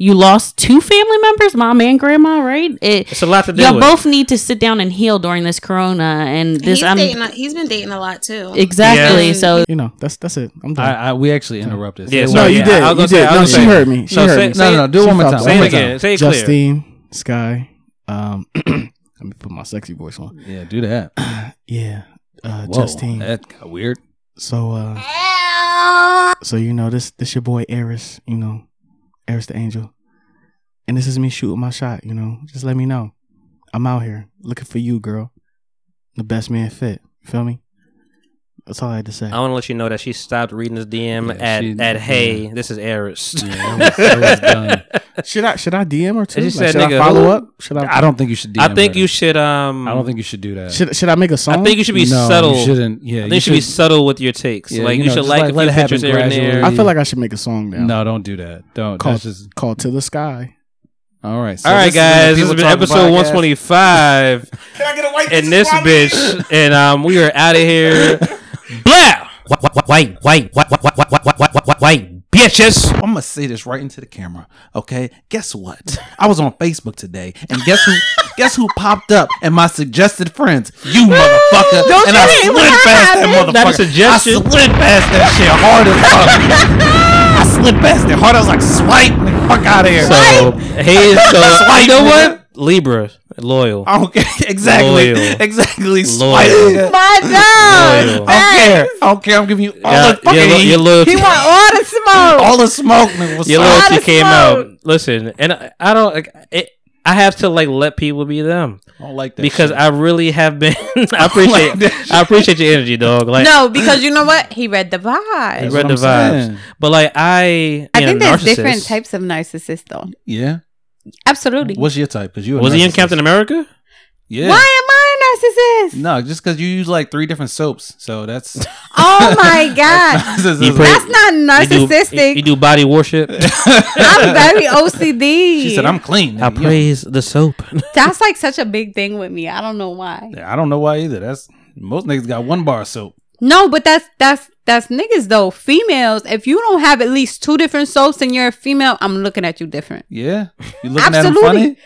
You lost two family members, mom and grandma, right? It, it's a lot to deal Y'all with. both need to sit down and heal during this corona and this. he's, um, I'm dating, a- he's been dating a lot too. exactly so. you know that's that's it. I'm done. I, I, we actually interrupted. Yeah, sorry, yeah, I was gonna say- I was gonna say- No, say- No, no, no. Do it one more time. fucked One up. more time. Justine, Sky. Um, (clears throat) let me put my sexy voice on. Yeah, do that. (clears throat) yeah, uh, Whoa, Justine. That got weird. So, uh, so you know this this your boy Eris. You know, Eris the Angel, and this is me shooting my shot. You know, just let me know. I'm out here looking for you, girl. The best man fit. You feel me? That's all I had to say. I want to let you know that she stopped reading this DM at, she- at yeah. hey, this is Eris. (laughs) should I should I DM her too? And she Like, said, should I nigga, follow who- up? Should I? I don't think you should I DM think her. you should. Um, I don't think you should do that. Should, should I make a song? I think you should be No, you subtle. shouldn't. I Yeah, think you you should be should- subtle with your takes. Yeah, like you you, know, should just like, like, a let few it happen pictures here and there. I feel like I should make a song now. No, don't do that. Don't. Call, That's just. call to the sky. All right. All right, guys, this has been episode one twenty five, and this bitch, and um, we are out of here. (laughs) Blah. white, white, white, white, white, white, white, white, white, white, white, white, bitches. I'm gonna say this right into the camera. Okay, guess what? I was on Facebook today, and guess (laughs) who? guess who popped up in my suggested friends? You motherfucker! Don't and you I hate when slid that past that happens? motherfucker. Not a suggestion. I slid past that shit (laughs) hard as fuck. I slid past it hard. I was like, swipe, nigga, fuck out of here. (laughs) So he is so. Swipe, You know nigga. what? Libra, loyal. Okay, (laughs) exactly, Loyal. exactly. Swipe. Loyal. My I Loyal. don't care. I don't care. I'm giving you all Yeah, the fucking you're lo- you're loyal. He want all the smoke. All the smoke. Man, (laughs) what's Your up? loyalty came out. Listen, and I, I don't. Like, it, I have to like let people be them. I don't like that because shit. I really have been. (laughs) I appreciate. I appreciate your energy, dog. Like no, because you know what? He read the vibe. you read the vibes, but like I, you I know, think there's different narcissist. types of narcissists, though. Yeah. Absolutely. What's your type? Because you a Was he in narcissist. Captain America? Yeah. Why am I a narcissist? No, just because you use like three different soaps, (laughs) so that's (laughs) Oh my god, narcissism. that's not You do- narcissistic. You do body (laughs) worship. I'm very OCD. She said, "I'm clean." I praise the soap. That's like such a big thing with me. I don't know why. I don't know why either. That's most niggas got one bar of soap. No, but that's that's that's niggas though. Females, if you don't have at least two different soaps and you're a female, I'm looking at you different. Yeah, you looking Absolutely. at him funny.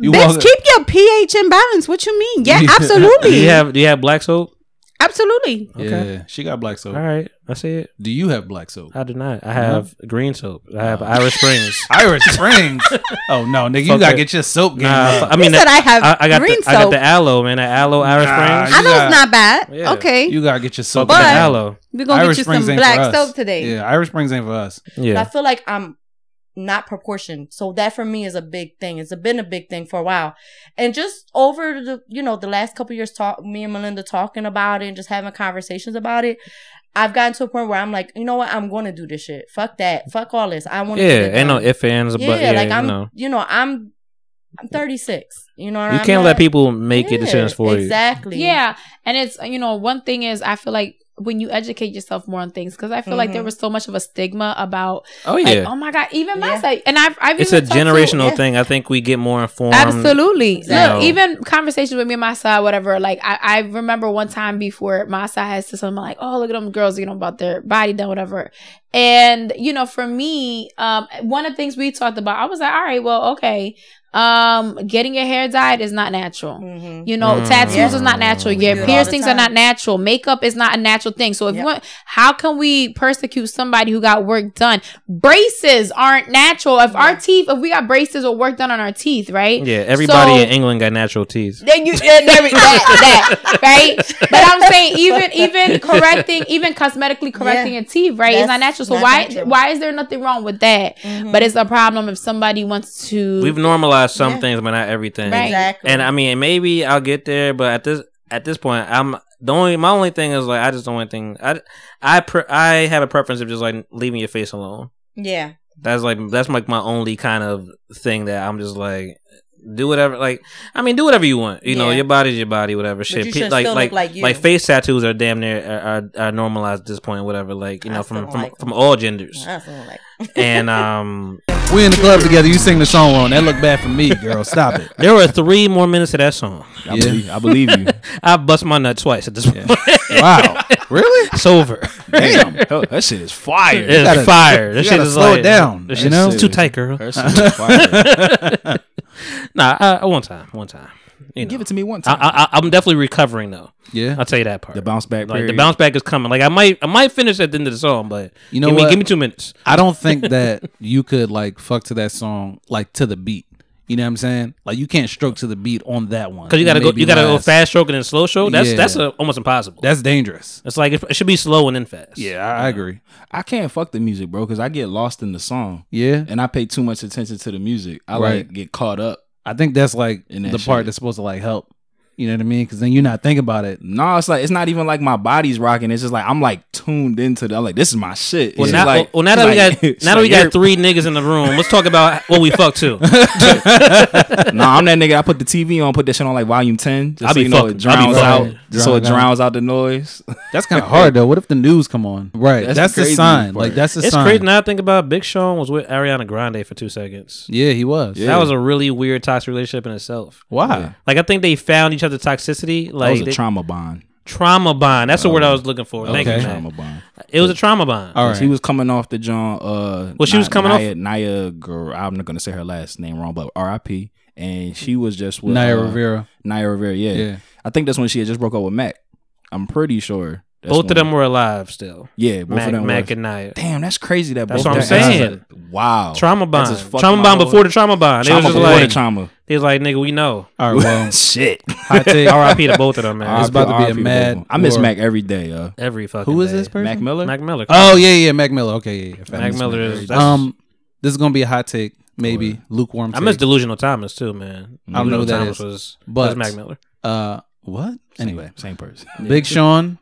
You Bitch, walk- keep your pH in balance. What you (laughs) mean? Yeah, do absolutely. you have Do you have black soap? absolutely. Yeah, she got black soap. All right, I see it. Do you have black soap? I do not. I have green soap. I have Irish Springs. (laughs) Irish Springs. (laughs) Oh no, nigga, you Fuck gotta it. get your soap game. Nah, up. I mean, You said that- I have I, got green the, I got the soap. aloe, man. The aloe Irish Nah, Springs. I know it's not bad. Yeah. Okay. You gotta get your soap. But- game up. Aloe. We gonna get you some Springs ain't black for us. soap today. Yeah, Irish Springs ain't for us. Yeah. I feel like I'm not proportioned. So that for me is a big thing. It's been a big thing for a while. And just over the, you know, the last couple years talk, me and Melinda talking about it and just having conversations about it. I've gotten to a point where I'm like, you know what? I'm going to do this shit. Fuck that. Fuck all this. I want to. Yeah, ain't no ifs, ands, or but- yeah, like I'm, no. you know, I'm, I'm 36. You know, what You I'm can't at? let people make your decisions for you. Exactly. Yeah. And it's, you know, one thing is I feel like when you educate yourself more on things, because I feel like there Mhm. was so much of a stigma about, Oh, like, yeah. oh my God, even my side. And I've, I've It's a even talked to- generational Yeah. thing. I think we get more informed. Absolutely. you know. Look, even conversations with me and my side, whatever. Like I, I remember one time before my side had said something like, "Oh, look at them girls, you know, about their body done, whatever." And you know, for me, um, one of the things we talked about, I was like, "All right, well, okay." Um, getting your hair dyed is not natural. You know, Mm. tattoos Yeah. is not natural. We do it Your all the piercings are time. not natural. Makeup is not a natural thing. So if you want, how can we persecute somebody who got work done? Braces aren't natural. If our teeth, if we got braces or work done on our teeth, right? Yeah, everybody So- in England got natural teeth. then you and every, that, that right but i'm saying even (laughs) even correcting even cosmetically correcting your teeth right is That's not natural so not why natural. Mm-hmm. why is there nothing wrong with that but it's a problem if somebody wants to We've normalized some Yeah. things, but not everything. Right. Exactly. And I mean, maybe I'll get there, but at this at this point, I'm the only my only thing is like I just don't want thing. I I pre, I have a preference of just like leaving your face alone. Yeah. That's like that's like my only kind of thing that I'm just like do whatever like I mean do whatever you want you know Yeah. your body's your body whatever shit you Pe- should like still look like like you. face tattoos are damn near are, are, are normalized at this point whatever like you know from don't from, like 'em. from all genders I don't like (laughs) and um We in the club together. You sing the song wrong. That look bad for me, (laughs) girl. Stop it. There were three more minutes of that song. I believe- I believe you. (laughs) I bust my nut twice at this point. Wow. Really? It's over. (laughs) Damn. Oh, that shit is fire. It's You gotta- fire. you That shit gotta is slow it like, down, That you shit's know? too tight, girl. That shit is fire. (laughs) nah, I, I- one time, one time. You know. Give it to me one I, I, I'm definitely recovering though. Yeah, I'll tell you that part. The bounce back. Like, the period. bounce back is coming. Like I might, I might finish at the end of the song, but You know give what? me, give me two minutes. I don't think that you could like fuck to that song like to the beat. You know what I'm saying? Like you can't stroke to the beat on that one. Because you gotta go, Maybe you gotta go last. fast stroke and then slow stroke. That's Yeah. that's uh almost impossible. That's dangerous. It's like it, it should be slow and then fast. Yeah, I agree. I can't fuck the music, bro, because I get lost in the song. Yeah. And I pay too much attention to the music. I Right. like get caught up. I think that's like In the that part shit. that's supposed to like help. You know what I mean? Because then you're not thinking about it. No, it's like it's not even like my body's rocking. It's just like I'm like tuned into the. I'm like this is my shit. Well, It's now, like, well, now that it's we like- (laughs) got it's now that we like, got you're- three niggas in the room, let's talk about what we fucked to. (laughs) no, I'm that nigga. I put the TV on, put that shit on like volume ten. Just I so be you know it fucking- I be drowns out, fucking. just so it Drown it out. drowns out the noise. That's kind (laughs) of hard though. What if the news come on? Right. That's, the, crazy sign. part. Like that's the it's sign. crazy now. I think about Big Sean was with Ariana Grande for two seconds. Yeah, he was. That was a really weird toxic relationship in itself. Why? Like I think they found each other's toxicity. Like that was a they- trauma bond. Trauma bond. That's the word I was looking for. Okay. Thank you, man. Trauma bond. It was a trauma bond. All right. She was coming off the John. Uh, Well, she was coming off- Nia, Nia. Gur- I'm not gonna say her last name wrong, but R.I.P. And she was just with Naya uh, Rivera. Naya Rivera. Yeah. Yeah. I think that's when she had just broke up with Mac. I'm pretty sure. That's both of when- them were alive still. Yeah, both Mac, of them. Mac were. and Nia. Damn, that's crazy. That That's both what I'm of them- saying. Wow. Trauma That bond. just fucked Trauma my bond whole- before the trauma bond. Trauma it was just before like the trauma. They was like, nigga, we know. (laughs) All right, well, shit. Hot take. R.I.P. to both of (laughs) them, man. It's about to be a mad. I miss war. Mac every day. Uh, Every fucking Who is day. this person? Mac Miller? Mac Miller. Oh yeah, yeah, Mac Miller. Okay, yeah, yeah. Mac Miller is- that's- Um, this is gonna be a hot take, maybe lukewarm. I miss take. Delusional Thomas too, man. I don't know Delusional who that Thomas is, was- but was Mac Miller. Uh, what? Anyway, same person. Big Sean,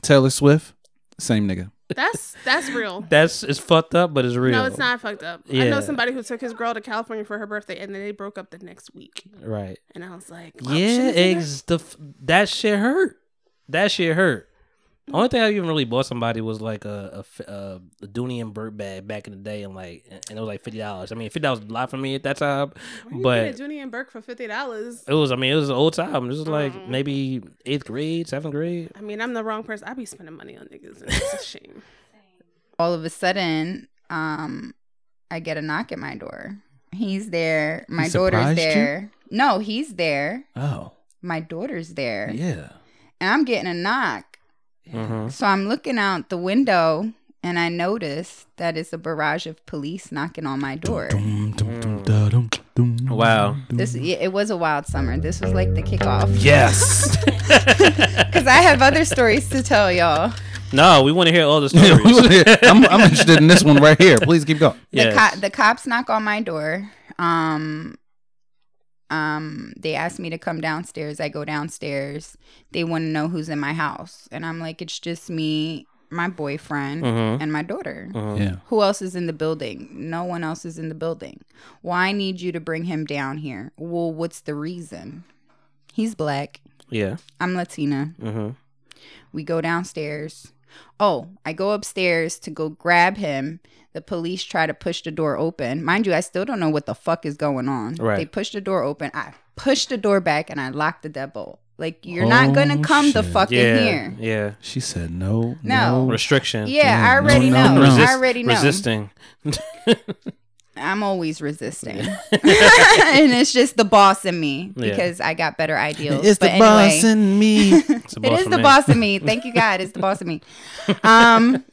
Taylor Swift, same nigga. That's that's real. That's it's fucked up, but it's real. No, it's not fucked up. I Yeah. know somebody who took his girl to California for her birthday, and then they broke up the next week. Right. And I was like, "Oh, oh, "Wow, yeah, should've seen her." ex- the, f- that shit hurt. That shit hurt. The only thing I even really bought somebody was like a, a f- a, a Dooney and Burt bag back in the day, and like, and it was like fifty dollars. I mean, fifty dollars was a lot for me at that time, But but Oh. Junie and Burke for fifty dollars. it was. I mean, it was an old time. This was like maybe eighth grade, seventh grade. I mean, I'm the wrong person. I be spending money on niggas. (laughs) And it's a shame. all of a sudden, um, I get a knock at my door. He's there. My daughter's surprised you? there. No, he's there. Oh. My daughter's there. Yeah. Oh. And I'm getting a knock. So I'm looking out the window and I notice that it's a barrage of police knocking on my door. Wow. This yeah, it was a wild summer. This was like the kickoff. (laughs) (laughs) Yes. Cuz I have other stories to tell y'all. No, (laughs) we want to hear all the stories. (laughs) I'm, I'm interested in this one right here. Please keep going. the, co- the cops knock on my door. Um, um, they ask me to come downstairs. I go downstairs. They want to know who's in my house, and I'm like, it's just me, my boyfriend, Mhm. and my daughter. Mhm. Yeah. Who else is in the building? No one else is in the building. Well, I need you to bring him down here. Well, what's the reason? He's black. yeah. I'm Latina. Mm-hmm. We go downstairs. Oh, I go upstairs to go grab him. The police try to push the door open. Mind you, I still don't know what the fuck is going on. Right. They push the door open. I push the door back and I lock the deadbolt. Like you're not Oh, gonna come the shit. fuck in here. Yeah. She said no. No. Restriction. Yeah, I Mm. already know. I Resist- already know. Resisting. I'm always (laughs) resisting, (laughs) and it's just the boss in me Yeah. because I got better ideals. (laughs) It's but the anyway, boss (laughs) in me. It's it is the boss in (laughs) me. Thank you, God. It's the boss in me. Um,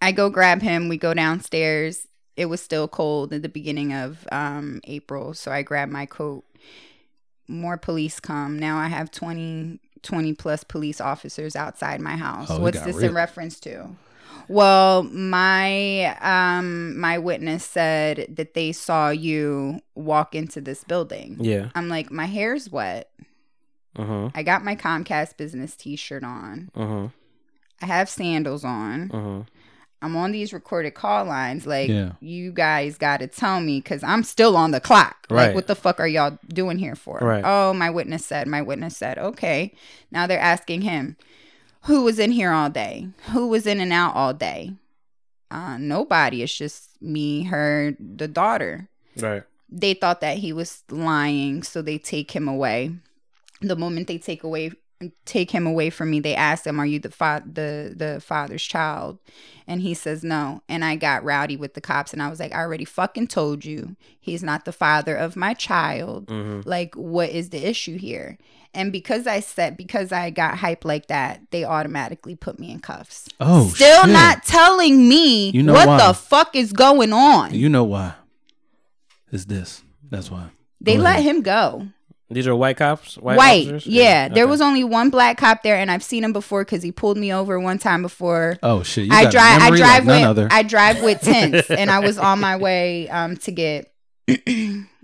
I go grab him. We go downstairs. It was still cold at the beginning of um, April, so I grab my coat. More police come. Now I have 20, 20 plus police officers outside my house. Oh, it What's got this real. in reference to? Well, my um my witness said that they saw you walk into this building. Yeah. I'm like, my hair's wet. Uh-huh. I got my Comcast business t-shirt on. Uh-huh. I have sandals on. Uh-huh. I'm on these recorded call lines. Like, Yeah. you guys got to tell me because I'm still on the clock. Right. Like, what the fuck are y'all doing here for? Right. Oh, my witness said, my witness said, okay. Now they're asking him, who was in here all day? Who was in and out all day? Uh, nobody. It's just me, her, the daughter Right. they thought that he was lying, so they take him away. The moment they take away take him away from me, they ask him, "Are you the fa- the the father's child?" And he says, "No." And I got rowdy with the cops, and I was like, "I already fucking told you, he's not the father of my child. Mhm. Like, what is the issue here?" And because I said because I got hype like that, they automatically put me in cuffs. Oh, still shit. not telling me You know what why. the fuck is going on. You know why? It's this. That's why. They let him go. These are white cops. White, officers? yeah. There Okay. was only one black cop there, and I've seen him before because he pulled me over one time before. Oh shit! You I got a drive. I memory like drive none with. other. I drive with tents, and I was on my way um, to get. (clears throat)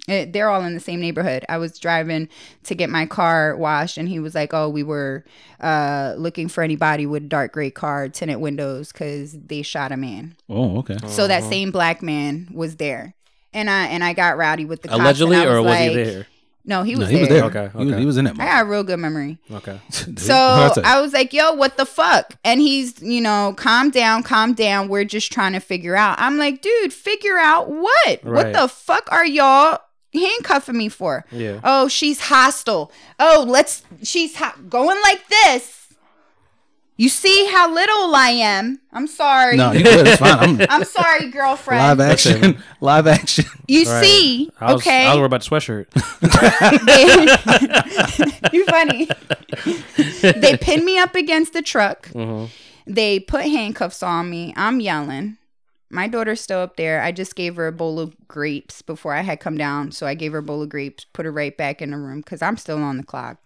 eh, they're all in the same neighborhood. I was driving to get my car washed, and he was like, "Oh, we were uh, looking for anybody with dark gray car, tinted windows, because they shot a man." Oh, okay. So that same black man was there, and I and I got rowdy with the cops, and allegedly, I or was he like- there? No, he was he was there. there. Okay, He, was, he was in that. I got a real good memory. Okay. (laughs) So I was like, yo, what the fuck? And he's, you know, calm down, calm down. We're just trying to figure out. I'm like, dude, figure out what? Right. What the fuck are y'all handcuffing me for? Yeah. Oh, she's hostile. Oh, let's, she's ho- going like this. You see how little I am. I'm sorry. No, you good. It's fine. I'm- (laughs) I'm sorry, girlfriend. Live action. Live action. You see, I was, okay. I was worried about the (laughs) sweatshirt. (laughs) You're funny. they pin me up against the truck. Mhm. They put handcuffs on me. I'm yelling. My daughter's still up there. I just gave her a bowl of grapes before I had come down. So I gave her a bowl of grapes, put her right back in the room because I'm still on the clock.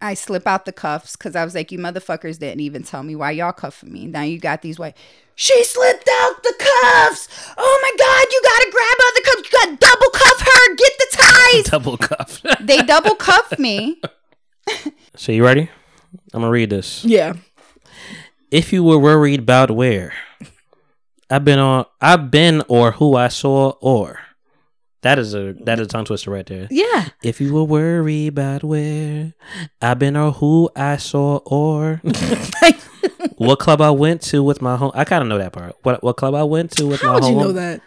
I slip out the cuffs because I was like, you motherfuckers didn't even tell me why y'all cuffing me. Now you got these white. She slipped out the cuffs. Oh my God, you got to grab other cuffs. You got to double cuff her. Get the ties. (laughs) Double cuff. they double cuffed me. So you ready? I'm gonna read this. Yeah. If you were worried about where I've been on, I've been or who I saw or that is a that is a tongue twister right there. Yeah. If you were worried about where I've been or who I saw (laughs) or what club I went to with my home, I kind of know that part. What what club I went to with my How would you home? know that?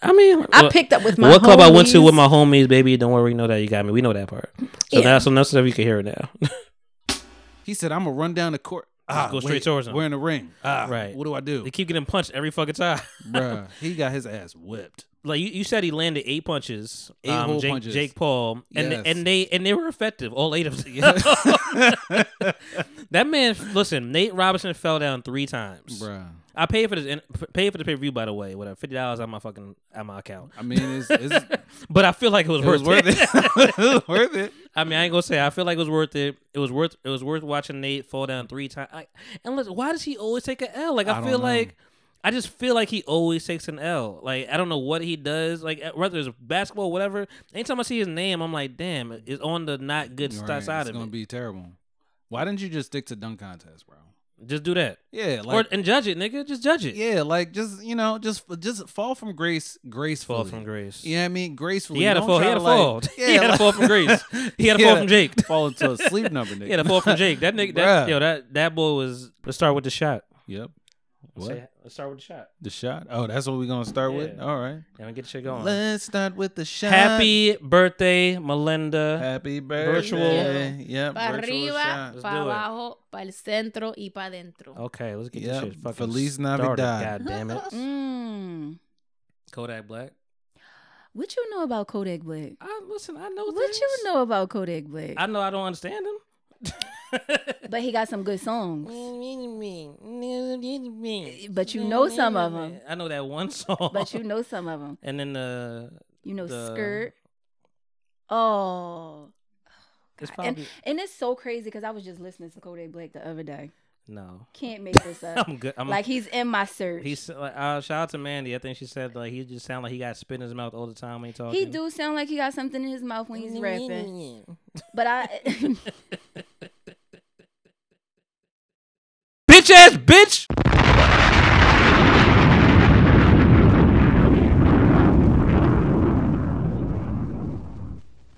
I mean, I what- picked up with my what club I went to homies. with my homies, baby. Don't worry, know that you got me. We know that part. Yeah. So now, so now stuff you can hear it now. He said, "I'm gonna run down the court. Ah, go straight wait, towards him. We're in the ring. Ah, Right. What do I do? They keep getting punched every fucking time. (laughs) Bruh, he got his ass whipped. Like you, you said, he landed eight punches. Eight um, whole Jake, punches. Jake Paul, and Yes. and they and they were effective. All eight of them. (laughs) that man, listen, Nate Robinson fell down three times. Bruh. I paid for this. in- Paid for the pay per view, by the way. Whatever, fifty dollars on my fucking on my account. I mean, it's- it's- (laughs) but I feel like it was It worth was worth it. it. (laughs) It was worth it. I mean, I ain't gonna say I feel like it was worth it. It was worth it was worth watching Nate fall down three times. I, and listen, why does he always take an L? Like I I, don't feel know. like I just feel like he always takes an L. Like I don't know what he does. Like uh, whether it's basketball, whatever. Anytime I see his name, I'm like, damn, it's on the not good Right, right, side it's of gonna it. be terrible. Why didn't you just stick to dunk contest, bro? Just do that. Yeah, Or- and judge it, nigga. Just judge it. Yeah, like just you know, just just fall from grace, gracefully. Fall from grace. Yeah, I mean gracefully. He had a Don't fall. He try had a to, like- fall. (laughs) He had a like- fall (laughs) from grace. He had a fall from Jake. Fall into a sleep number, nigga. (laughs) He had a fall from Jake. That nigga, that, (laughs) Bruh. yo, that that boy was. Let's start with the shot. Yep. What? Say- let's start with the shot. The shot. Oh, that's what we're gonna start with. Yeah. All right. Now we get shit going. Let's start with the shot. Happy birthday, Melinda. Happy Virtual. birthday. Yep. Pa' virtual arriba, shot. Let's pa' do it. abajo, pa' el centro y pa' dentro. Okay, let's get Yep. this shit fucking Feliz started, Navidad. God damn it. Mm. (laughs) Kodak Black. What you know about Kodak Black? I, listen, I know. What you know about Kodak (laughs) Black? I know I don't understand him. but he got some good songs. But Mm-hmm. you know some of them. I know that one song. But you know some of them. (laughs) And then the You know the- Skirt. Oh. It's God. And, probably and it's so crazy because I was just listening to Kodak Black the other day. no. Can't make (laughs) this up. I'm good. I'm like he's in my search. He's like uh, shout out to Mandy. I think she said like he just sound like he got spit in his mouth all the time when he talking. He do sound like he got something in his mouth when he's rapping. But I (laughs) (laughs) Bitch ass bitch.